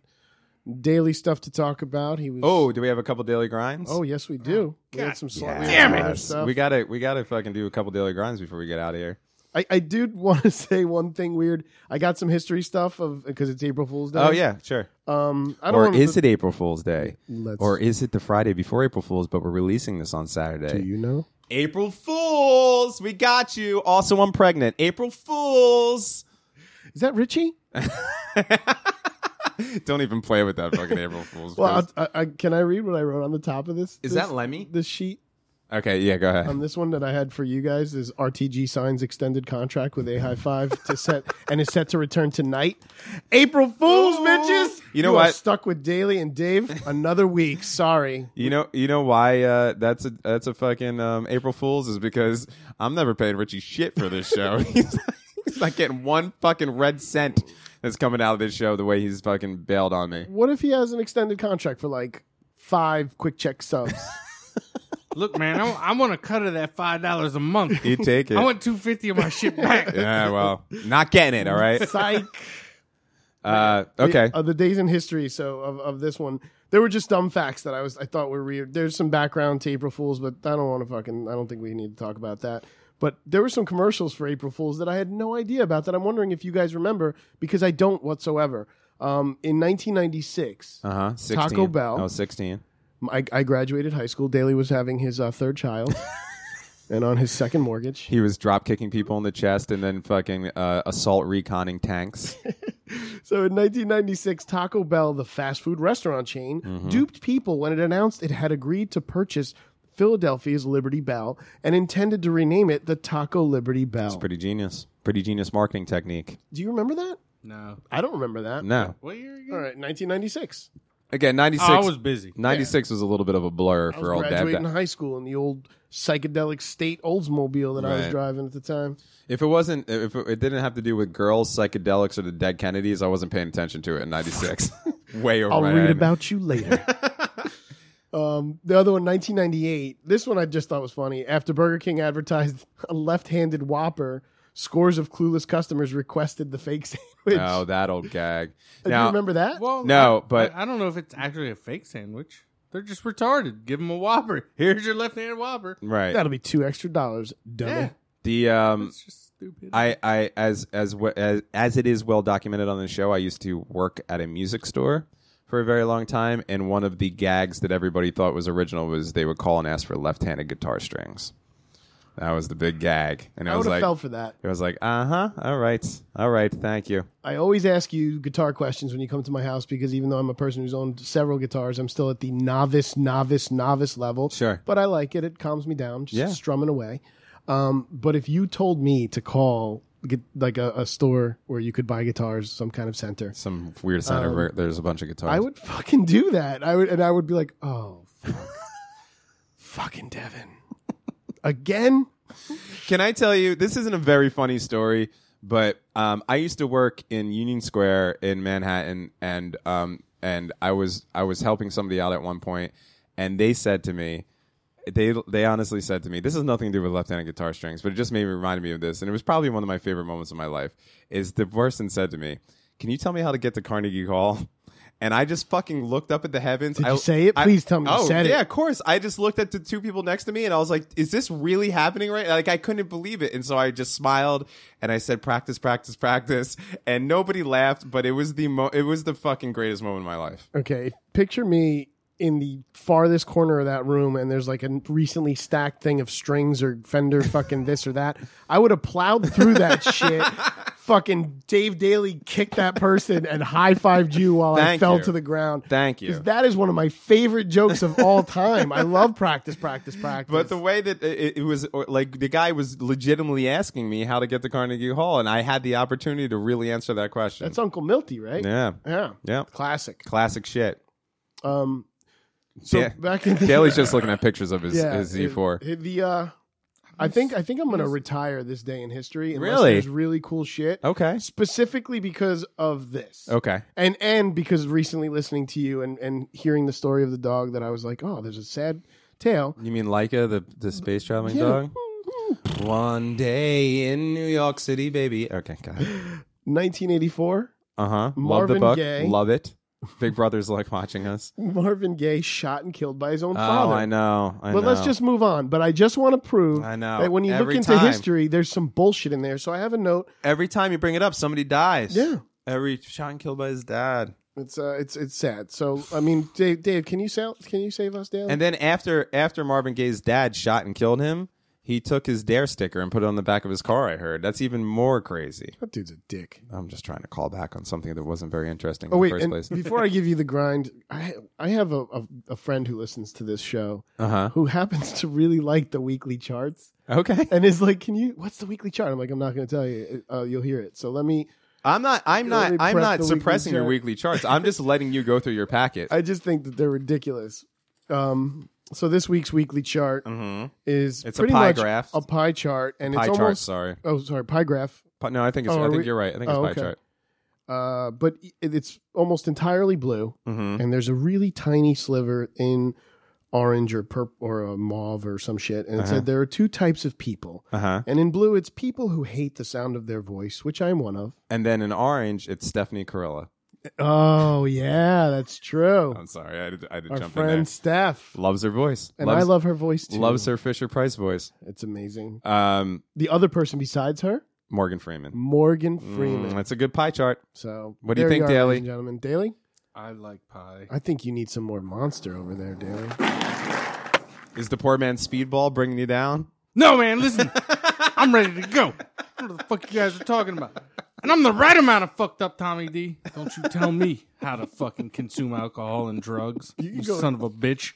B: daily stuff to talk about. He was
A: Oh, do we have a couple daily grinds?
B: oh yes, we do. we got some slightly other stuff.
A: We gotta we gotta fucking do a couple daily grinds before we get out of here.
B: I, I do want to say one thing weird. I got some history stuff of because it's April Fools Day.
A: Oh yeah, sure.
B: Um, I don't
A: Or
B: wanna-
A: is it April Fool's Day?
B: Let's-
A: Or is it the Friday before April Fool's? But we're releasing this on
B: Do
A: Saturday.
B: you know?
A: April Fools, we got you. Also, I'm pregnant. April Fools.
B: Is that Richie?
A: Don't even play with that fucking April Fools.
B: Well,
A: piss.
B: I, I, I, can I read what I wrote on the top of this?
A: is
B: this,
A: that Lemmy?
B: this sheet?
A: Okay, yeah, go ahead.
B: Um, this one that I had for you guys is RTG signs extended contract with a high five to set and is set to return tonight. April Fools,
A: Ooh.
B: bitches!
A: You know
B: are
A: what?
B: stuck with Daly and Dave another week. Sorry.
A: You know, you know why uh, that's a that's a fucking um, April Fools is because I'm never paying Richie shit for this show. he's, not, he's not getting one fucking red cent that's coming out of this show the way he's fucking bailed on me.
B: What if he has an extended contract for like five quick check subs?
C: Look, man, I, I want a cut of that five dollars a month.
A: You take it.
C: I want two fifty of my shit back.
A: yeah, well, not getting it. All right.
B: Psych.
A: Uh, okay.
B: Of the days in history, so of, of this one, there were just dumb facts that I was I thought were weird. There's some background to April Fools, but I don't want to fucking I don't think we need to talk about that. But there were some commercials for April Fools that I had no idea about that I'm wondering if you guys remember because I don't whatsoever. Um, in 1996,
A: Uh huh.
B: Taco Bell.
A: Oh, 16.
B: I, I graduated high school. Daly was having his uh, third child, and on his second mortgage.
A: He was drop kicking people in the chest and then fucking uh, assault reconning tanks.
B: So in 1996, Taco Bell, the fast food restaurant chain,
A: Mm-hmm.
B: duped people when it announced it had agreed to purchase Philadelphia's Liberty Bell and intended to rename it the Taco Liberty Bell.
A: Pretty genius. Pretty genius marketing technique.
B: Do you remember that?
C: No,
B: I don't remember that.
A: No.
C: what year again?
B: All right, 1996.
A: Again, 96.
C: Oh, I was busy.
A: 96 was a little bit of a blur
B: I
A: for
B: was
A: old dad.
B: graduating high school in the old psychedelic state Oldsmobile that I was
A: Right.
B: driving at the time.
A: If it wasn't, if it, it didn't have to do with girls, psychedelics, or the dead Kennedys, I wasn't paying attention to it in '96. Way over
B: I'll
A: my
B: read
A: head.
B: about you later. um, the other one, 1998. This one I just thought was funny. After Burger King advertised a left-handed Whopper, scores of clueless customers requested the fake sandwich.
A: Oh, that old gag.
B: Do
A: Now,
B: you remember that?
C: Well,
A: No,
C: I-
A: but-
C: I, I don't know if it's actually a fake sandwich. They're just retarded. Give them a Whopper. Here's your left-handed Whopper.
A: right?
B: That'll be two extra dollars, dummy.
C: Yeah,
A: The um,
C: it's just stupid.
A: I I as as we- as as it is well documented on the show, I used to work at a music store for a very long time, and one of the gags that everybody thought was original was they would call and ask for left-handed guitar strings. That was the big gag, and
B: I
A: I,
B: would
A: was
B: have
A: like,
B: fell for that.
A: it was like, uh huh, all right, all right, thank you.
B: I always ask you guitar questions when you come to my house because even though I'm a person who's owned several guitars, I'm still at the novice, novice, novice level.
A: Sure.
B: But I like it. It calms me down, just
A: Yeah.
B: strumming away. Um, but if you told me to call get, like a, a store where you could buy guitars, some kind of center,
A: Some weird sound of where there's a bunch of guitars.
B: I would fucking do that. I would, and I would be like, oh, fuck. fucking Devin. Again?
A: Can I tell you, this isn't a very funny story, but um, I used to work in Union Square in Manhattan, and um, and I was I was helping somebody out at one point, and they said to me, they they honestly said to me, "This has nothing to do with left-handed guitar strings," but it just made me reminded me of this, and it was probably one of my favorite moments of my life. Is the person said to me, "Can you tell me how to get to Carnegie Hall?" And I just fucking looked up at the heavens.
B: Did
A: I,
B: you say it?
A: I-
B: Please tell me you
A: oh,
B: said it.
A: Yeah, of course. I just looked at the two people next to me and I was like, "Is this really happening right?" Like I couldn't believe it, and so I just smiled and I said, "Practice, practice, practice," and nobody laughed. But it was the mo- it was the fucking greatest moment of my life.
B: Okay, picture me in the farthest corner of that room, and there's like a recently stacked thing of strings or Fender fucking this or that. I would have plowed through that shit. Fucking Dave Daly kicked that person and high fived you while I
A: Thank
B: fell
A: you.
B: to the ground.
A: Thank
B: 'Cause
A: you.
B: That is one of my favorite jokes of all time. I love practice, practice, practice.
A: But the way that it, it was, or, like the guy was legitimately asking me how to get to Carnegie Hall, and I had the opportunity to really answer that question.
B: that's Uncle Milty, right?
A: yeah,
B: Yeah.
A: yeah,
B: Classic.
A: classic shit.
B: Um, so
A: Yeah.
B: back in the,
A: Daly's just looking at pictures of his,
B: yeah,
A: his E Z4.
B: it- the uh, I think I think I'm gonna retire this day in history. Unless
A: Really? Oh.
B: there's really cool shit.
A: okay,
B: specifically because of this.
A: okay,
B: And and because recently listening to you and and hearing the story of the dog that I was like, oh, there's a sad tale.
A: You mean Leica, the the space traveling
B: Yeah.
A: dog? One day in New York City, baby. Okay, got it.
B: 1984,
A: Uh huh. Love the
B: Marvin
A: book.
B: Gaye.
A: Love it. Big Brother's like watching us.
B: Marvin Gaye shot and killed by his own
A: Oh,
B: father.
A: I know. I
B: But let's
A: know.
B: just move on. But I just want to prove
A: I know.
B: that when you
A: Every
B: look into
A: time.
B: history, there's some bullshit in there. So I have a note.
A: every time you bring it up, somebody dies.
B: Yeah.
A: Every shot and killed by his dad.
B: It's uh, it's it's sad. So I mean, Dave, Dave, can you save can you save us, Dale?
A: And then after after Marvin Gaye's dad shot and killed him, he took his dare sticker and put it on the back of his car. I heard that's even more crazy.
B: that dude's a dick.
A: I'm just trying to call back on something that wasn't very interesting
B: Oh
A: in
B: wait,
A: the first
B: and
A: place.
B: before I give you the grind, I I have a, a a friend who listens to this show
A: Uh huh.
B: who happens to really like the weekly charts
A: Okay.
B: and is like, "Can you? What's the weekly chart?" I'm like, "I'm not going to tell you. Uh, you'll hear it." So let me.
A: I'm not. I'm not.
B: Let me
A: I'm
B: prep
A: not
B: the weekly
A: suppressing your
B: chart.
A: weekly charts. I'm just letting you go through your packet.
B: I just think that they're ridiculous. Um, so this week's weekly chart
A: mm-hmm.
B: is
A: It's a
B: pretty
A: pie
B: much
A: graph.
B: a pie chart, and
A: Pie
B: it's
A: chart.
B: almost
A: sorry.
B: oh sorry pie graph,
A: Pi- No, I think it's.
B: Oh,
A: I
B: are
A: think
B: we-
A: you're right. I think it's
B: Oh,
A: pie
B: okay.
A: chart.
B: uh, but it, it's almost entirely blue,
A: Mm-hmm.
B: and there's a really tiny sliver in orange or purple or a mauve or some shit, and it
A: Uh-huh.
B: said there are two types of people.
A: Uh huh.
B: And in blue, it's people who hate the sound of their voice, which I'm one of.
A: And then in orange, it's Stephanie Carilla.
B: Oh yeah, that's true.
A: I'm sorry. I had to, I had to
B: Our
A: jump in
B: friend
A: there.
B: Steph,
A: Loves her voice.
B: and
A: loves,
B: I love her voice too.
A: loves her Fisher Price voice.
B: It's amazing.
A: Um,
B: The other person besides her,
A: Morgan Freeman.
B: Morgan
A: Mm,
B: Freeman.
A: that's a good pie chart.
B: So
A: What do you
B: there
A: think,
B: are,
A: Daly?
B: ladies and gentlemen, Daly.
C: I like pie.
B: I think you need some more monster over there, Daly.
A: Is the poor man's speedball bringing you down?
C: No, man, listen. I'm ready to go. I don't know What the fuck you guys are talking about? And I'm the right amount of fucked up, Tommy D. Don't you tell me how to fucking consume alcohol and drugs. You,
B: can go-
C: son of a bitch.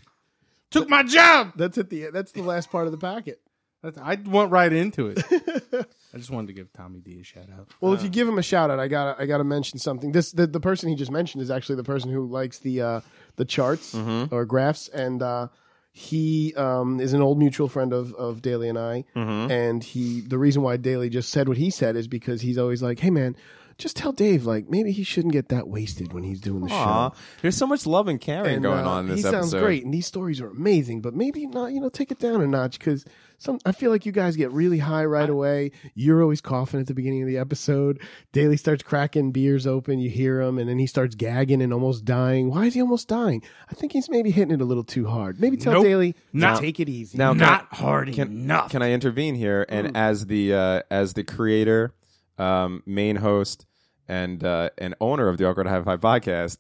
C: Took my job.
B: That's at the that's the last part of the packet.
C: That's- I went right into it. I just wanted to give Tommy D a shout out.
B: Well, if you give him a shout out, I gotta I gotta mention something. This the, the person he just mentioned is actually the person who likes the uh, the charts or graphs, and uh, he um, is an old mutual friend of of Daly and I. And he the reason why Daly just said what he said is because he's always like, hey man. Just tell Dave, like maybe he shouldn't get that wasted when he's doing the show.
A: Aw, there's so much love and caring
B: And,
A: going
B: uh,
A: on in this
B: he
A: episode.
B: sounds great, and these stories are amazing. But maybe not, you know, take it down a notch because some. I feel like you guys get really high right away. You're always coughing at the beginning of the episode. Daly starts cracking beers open. You hear him, and then he starts gagging and almost dying. Why is he almost dying? I think he's maybe hitting it a little too hard. Maybe tell
C: Nope.
B: Daly,
C: Now-
B: take it easy.
A: Now, can I-
C: Not hard enough.
A: can I intervene here? And
B: Mm.
A: as the uh, as the creator, um, main host, and uh, and owner of the Awkward High Five podcast,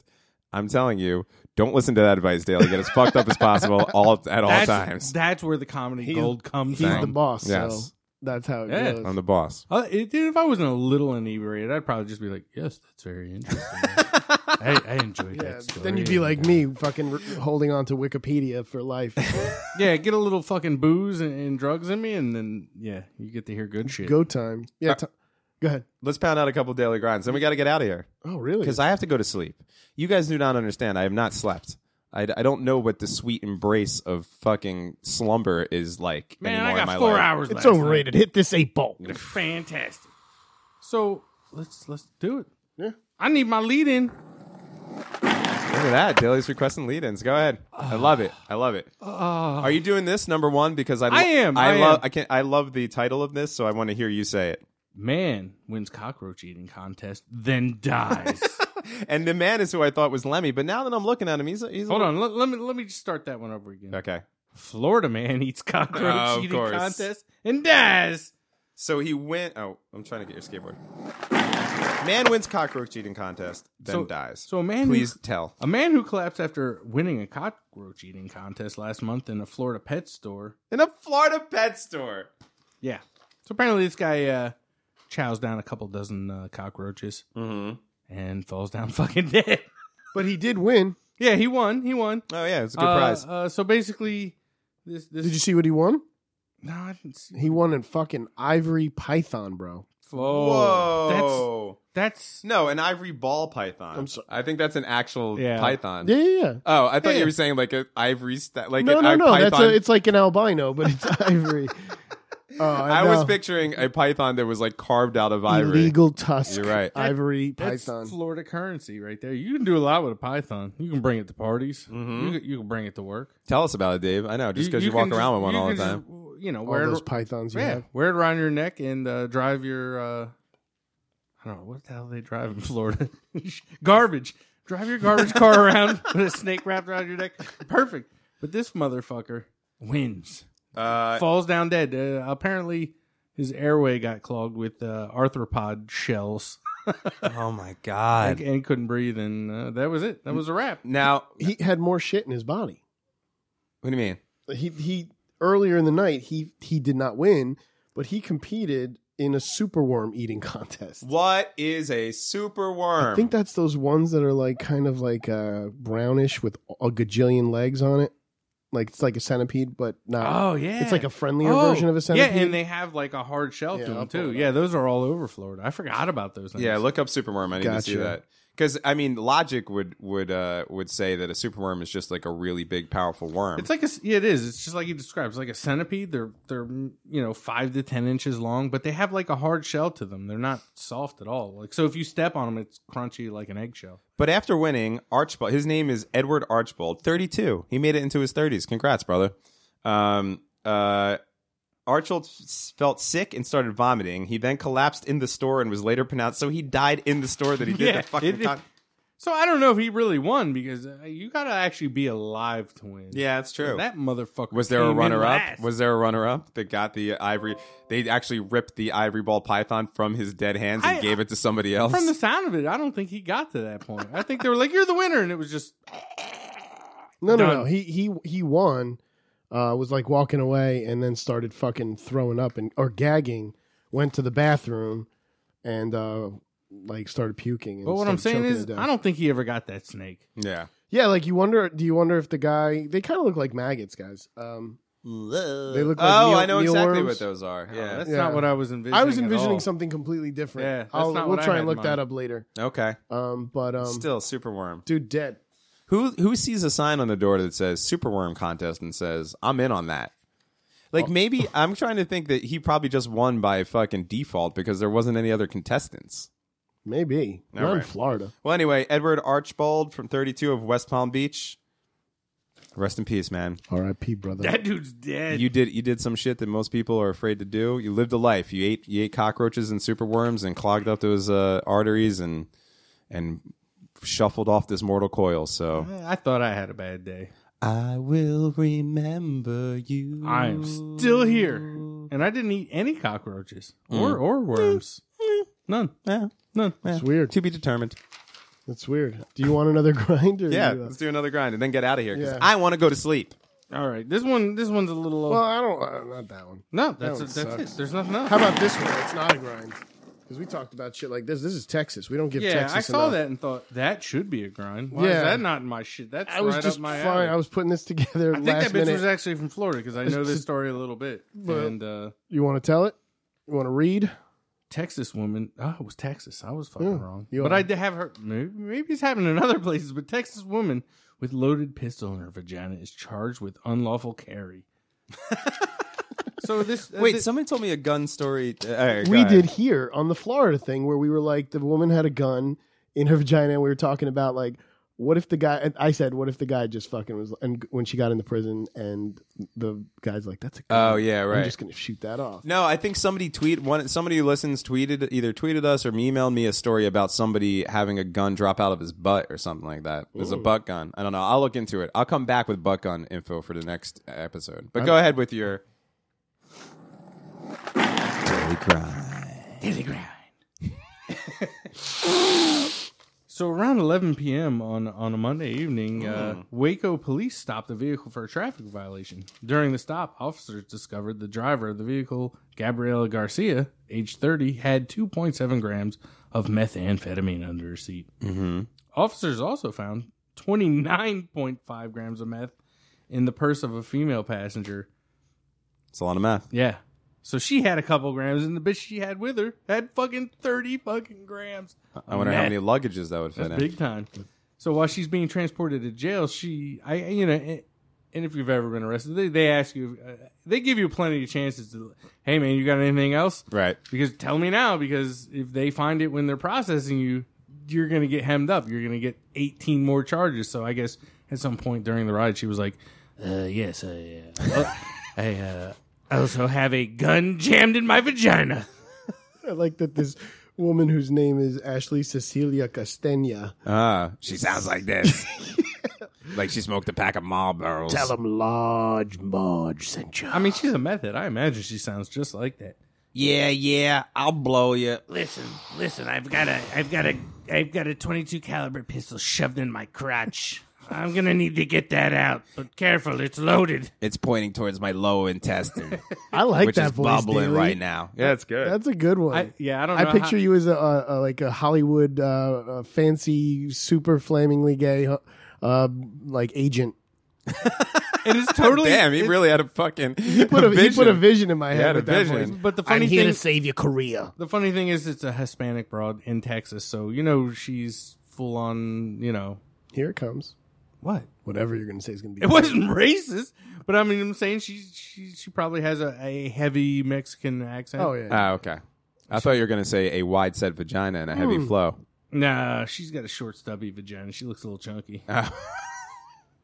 A: I'm telling you, don't listen to that advice daily. Get as fucked up as possible all at all
C: that's,
A: times.
C: That's where the comedy gold comes
B: he's the
C: from.
B: boss. So
A: Yes.
B: that's how it
C: Yeah.
B: goes.
A: I'm the boss.
C: Uh, it, dude, if I wasn't a little inebriated, I'd probably just be like, "Yes, that's very interesting. I, I enjoyed
B: Yeah,
C: that story."
B: Then you'd be like me, fucking r holding on to Wikipedia for life.
C: "Yeah, get a little fucking booze and, and drugs in me, and then yeah, you get to hear good shit."
B: Go time.
A: Uh,
B: Yeah. ti- go ahead.
A: Let's pound out a couple daily grinds. Then we got to get out of here
B: Oh, really?
A: because I have to go to sleep. You guys do not understand. I have not slept. I, I don't know what the sweet embrace of fucking slumber is like
C: Man,
A: anymore
C: I
A: in my
C: got four
A: life.
C: hours.
B: It's
C: last night.
B: overrated. Hit this eight ball.
C: It's fantastic. So let's let's do it.
B: Yeah.
C: I need my lead in.
A: Look at that. Daily's requesting lead ins. Go ahead. I love it. I love it. Are you doing this number one? Because I, lo-
C: Uh, I am.
A: I,
C: I
A: love
C: am.
A: I can not I love the title of this, so I want to hear you say it.
C: Man wins cockroach eating contest, then dies.
A: And the man is who I thought was Lemmy, but now that I'm looking at him, he's a, he's a
C: Hold
A: little-
C: on, let, let me let me just start that one over again.
A: Okay.
C: Florida man eats cockroach
A: Oh, of
C: eating
A: course.
C: contest and dies.
A: So he went. Oh, I'm trying to get your skateboard. Man wins cockroach eating contest, then
C: So-
A: dies.
C: So a man who-
A: Please tell.
C: a man who collapsed after winning a cockroach eating contest last month in a Florida pet store.
A: In a Florida pet store.
C: Yeah. So apparently this guy uh, chows down a couple dozen uh, cockroaches
A: Mm-hmm.
C: and falls down fucking dead.
B: But he did win.
C: yeah, he won. He won.
A: Oh yeah, it's a good
C: Uh,
A: prize.
C: Uh, so basically, this this
B: Did you see what he won?
C: no, I didn't see.
B: He won in fucking ivory python, bro.
A: oh.
C: Whoa, that's that's
A: no, an ivory ball python.
B: I'm sorry.
A: I think that's an actual
C: Yeah.
A: python.
B: Yeah, yeah, yeah.
A: Oh, I thought
B: Yeah.
A: you were saying like an ivory sta- like
B: no,
A: an
B: no,
A: a
B: no.
A: python.
B: That's a, it's like an albino, but it's ivory. Oh,
A: I was
B: know.
A: picturing a python that was like carved out of ivory.
B: illegal tusk.
A: You're right.
B: Ivory
C: that's
B: python.
C: Florida currency right there. You can do a lot with a python. You can bring it to parties. You, can, you can bring it to work.
A: Tell us about it, Dave. I know Mm-hmm. just because you, walk
C: can
A: around
C: just-
A: with one
C: you
A: all the
C: can
A: time.
C: just, you know,
B: All
C: wear
B: those
C: it,
B: pythons you
C: yeah,
B: have.
C: wear it around your neck and uh, drive your. Uh, I don't know what the hell they drive in Florida. garbage. Drive your garbage car around with a snake wrapped around your neck. Perfect. But this motherfucker wins.
A: Uh,
C: falls down dead. Uh, apparently, his airway got clogged with uh, arthropod shells
A: oh my
C: and,
A: god!
C: and couldn't breathe, and uh, that was it. That was a wrap.
A: Now,
B: He had more shit in his body.
A: what do you mean?
B: He he earlier in the night he he did not win, but he competed in a superworm eating contest.
A: What is a super worm?
B: I think that's those ones that are like kind of like uh, brownish with a gajillion legs on it. Like it's like a centipede, but not.
C: Oh yeah,
B: It's like a friendlier
C: Oh,
B: version of a
C: Yeah,
B: centipede.
C: and they have like a hard shell
B: Yeah,
C: to
B: I'll
C: them
B: pull
C: too.
B: it
C: Yeah, those are all over Florida. I forgot about those. Things.
A: yeah, look up superworm. I need to see
B: Gotcha.
A: that because I mean, logic would would uh, would say that a superworm is just like a really big, powerful worm.
C: It's like a yeah, it is. It's just like you described. It's like a centipede. They're they're mm, you know five to ten inches long, but they have like a hard shell to them. They're not soft at all. Like so, if you step on them, it's crunchy like an eggshell.
A: but after winning, Archibald, his name is Edward Archibald, thirty two. He made it into his thirties. Congrats, brother. Um, uh, Archibald s- felt sick and started vomiting. He then collapsed in the store and was later pronounced. So he died in the store that he did
C: Yeah,
A: the fucking.
C: it- it-
A: con-
C: So I don't know if he really won because uh, you got to actually be alive to win.
A: yeah, that's true.
C: that motherfucker.
A: Was there
C: came
A: a
C: in
A: runner up?
C: last.
A: Was there a runner up that got the ivory? They actually ripped the ivory ball python from his dead hands and
C: I-
A: gave it to somebody else.
C: from the sound of it? I don't think he got to that point. I think they were like, "You're the winner," and it was just
B: no, no,
C: done.
B: no. He he he won. Uh, was like walking away and then started fucking throwing up and or gagging. Went to the bathroom and uh, like started puking. And
C: But what I'm
B: started
C: saying
B: choking
C: is,
B: to death.
C: I don't think he ever got that snake.
A: yeah.
B: Yeah, like you wonder. Do you wonder if the guy? They kind of look like maggots, guys. Um,
A: They
B: look like
A: oh,
B: meal-
A: I know exactly
B: mealworms.
A: what those are.
C: Oh,
A: Yeah.
C: that's
B: Yeah.
C: not what I was envisioning.
B: I was
C: at
B: envisioning
C: all.
B: something completely different.
C: Yeah, that's
B: I'll,
C: not
B: we'll
C: what I
B: try
C: had
B: and
C: in
B: look that
C: mind.
B: up later.
A: okay.
B: Um, but um,
A: Still superworm.
B: dude, dead.
A: Who who sees a sign on the door that says superworm contest and says I'm in on that? Like maybe I'm trying to think that he probably just won by fucking default because there wasn't any other contestants.
B: Maybe
A: All
B: not in
A: right.
B: Florida.
A: Well, anyway, Edward Archibald from 32 of West Palm Beach. Rest in peace, man.
B: R.I.P. Brother.
C: That dude's dead.
A: you did you did some shit that most people are afraid to do. You lived a life. You ate you ate cockroaches and superworms and clogged up those uh, arteries and and shuffled off this mortal coil. So
C: I thought I had a bad day.
A: I will remember you.
C: I am still here, and I didn't eat any cockroaches
B: Mm.
C: or or worms. None.
A: Yeah,
C: None.
B: It's weird.
A: to be determined.
B: That's weird. Do you want another grinder?
A: Yeah, let's do another grind and then get out of here because
B: Yeah.
A: I want to go to sleep.
C: All right. This one. This one's a little.
B: Well, I don't. Uh, not that one.
C: no, that's
B: one
C: that's
B: sucks.
C: it. There's nothing else.
B: How about this one? It's not a grind because we talked about shit like this. This is Texas. We don't give.
C: Yeah,
B: Texas
C: I saw
B: enough.
C: that and thought that should be a grind. Why
B: Yeah.
C: is that not in my shit? That's
B: I was
C: right
B: just
C: up my
B: fine.
C: alley.
B: I was putting this together
C: I think
B: last
C: that bitch
B: minute.
C: was actually from Florida because I know this story a little bit.
B: Well-
C: and uh,
B: you want to tell it? You want to read?
C: Texas woman, oh, it was Texas. I was fucking
B: Yeah,
C: wrong.
B: you
C: But
B: are.
C: I did have her. Maybe, maybe it's happening in other places. But Texas woman with loaded pistol in her vagina is charged with unlawful carry. so this uh,
A: Wait,
C: thi-
A: somebody told me a gun story. uh, all right, go
B: we
A: ahead.
B: did here on the Florida thing where we were like the woman had a gun in her vagina and we were talking about like what if the guy? and I said, what if the guy just fucking was? And when she got into prison, and the guy's like, "That's a gun.
A: Oh, yeah,
B: I'm
A: right.
B: just gonna shoot that off."
A: No, I think somebody tweet one. Somebody who listens tweeted either tweeted us or emailed me a story about somebody having a gun drop out of his butt or something like that. It was a butt gun. I don't know. I'll look into it. I'll come back with butt gun info for the next episode. But go ahead with your daily cry.
C: Daily grind. so around 11 p.m. on on a Monday evening, uh, Waco police stopped the vehicle for a traffic violation. During the stop, officers discovered the driver of the vehicle, Gabriela Garcia, age 30, had 2.7 grams of methamphetamine under her seat.
A: Mhm.
C: Officers also found 29.5 grams of meth in the purse of a female passenger.
A: It's a lot of math.
C: Yeah. So she had a couple grams, and the bitch she had with her had fucking thirty fucking grams.
A: I wonder how
C: Meth.
A: many luggages that would fit
C: That's
A: in.
C: big time. So while she's being transported to jail, she, I, you know, and and if you've ever been arrested, they, they ask you, uh, they give you plenty of chances to, hey man, you got anything else?
A: Right.
C: Because tell me now, because if they find it when they're processing you, you're gonna get hemmed up. You're gonna get eighteen more charges. So I guess at some point during the ride, she was like, uh, "Yes, I, uh, well, I uh, also have a gun jammed in my vagina."
B: I like that this woman whose name is Ashley Cecilia Castenya.
A: Ah, she sounds like this. like she smoked a pack of Marlboros.
B: him large Marge sent you.
C: I mean, she's a method. I imagine she sounds just like that.
A: Yeah, yeah, I'll blow you.
C: Listen, listen. I've got a, I've got a, I've got a 22 caliber pistol shoved in my crotch. I'm gonna need to get that out, but careful, it's loaded.
A: It's pointing towards my lower intestine.
B: I like
A: which
B: that
A: is
B: voice,
A: bubbling
B: Daly.
A: right now. Yeah, it's good.
B: That's a good one.
C: I, yeah, I don't.
B: I
C: know
B: picture
C: how-
B: you as a, a, a like a Hollywood uh, uh fancy, super flamingly gay, uh, uh, like agent.
C: It is totally.
A: Damn, he
C: it-
A: really had a fucking
B: Put a, he put a
A: vision.
B: vision in my
A: had
B: head.
A: a
B: with that
A: vision.
B: voice.
C: But the funny thing,
B: save your career.
C: the funny thing is, it's a Hispanic broad in Texas, so you know she's full on. You know
B: Here it comes.
C: what?
B: Whatever you're gonna say is gonna be.
C: It wasn't racist, but I mean, I'm saying she she she probably has a, a heavy Mexican accent.
B: Oh yeah.
A: Ah, okay. I thought you were gonna say a wide set vagina and a heavy flow.
C: Nah, she's got a short, stubby vagina. She looks a little chunky.
A: Ah.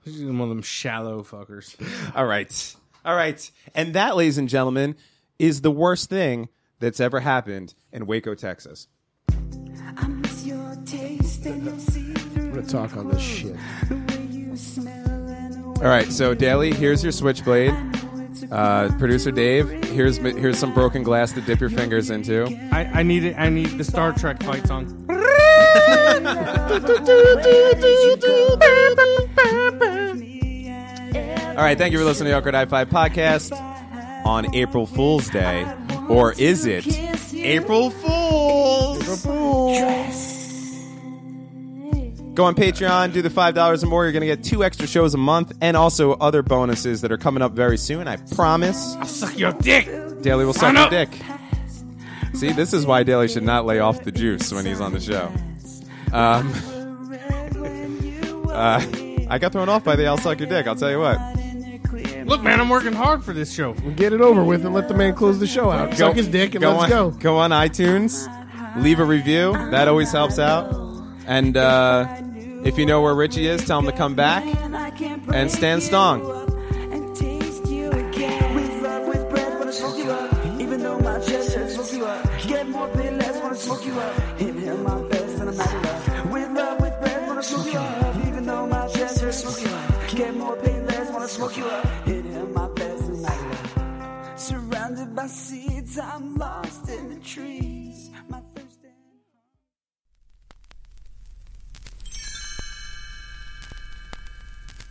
C: She's one of them shallow fuckers.
A: All right, all right. And that, ladies and gentlemen, is the worst thing that's ever happened in Waco, Texas.
D: I miss your taste and your see-through
B: I'm gonna talk on this shit.
D: the way you smell and the way
A: All right, so Daly, here's your switchblade. Uh, Producer Dave, here's here's some broken glass to dip your fingers into.
C: I, I need it. I need the Star Trek fight song.
A: All right, thank you for listening to the Awkward High Five podcast on April Fool's Day, or is it April Fool's? Go on Patreon, do the five dollars or more. You're gonna get two extra shows a month, and also other bonuses that are coming up very soon. I promise.
C: I'll suck your dick.
A: Daly will suck
C: Sign
A: your
C: up.
A: dick. See, this is why Daly should not lay off the juice when he's on the show. Um, uh, I got thrown off by the "I'll suck your dick." I'll tell you what.
C: Look, man, I'm working hard for this show.
B: Get it over with and let the man close the show out. Suck his dick and let's
A: on,
B: go.
A: Go on iTunes, leave a review. That always helps out. And uh, if you know where Richie is, tell him to come back.
D: and
A: Stan Stong.
D: And taste you again.
E: With love, with breath, wanna smoke you up. Even though my chest hurts, smoke you up. Get more pain, less, wanna smoke you up. Inhale my best, and I'm out of love. With love, with breath, wanna smoke you up. Even though my chest hurts, smoke you up. Get more pain, less, wanna smoke you up. Inhale my best, and I'm out of love. Surrounded by seeds, I'm lost in the trees. My thirst and-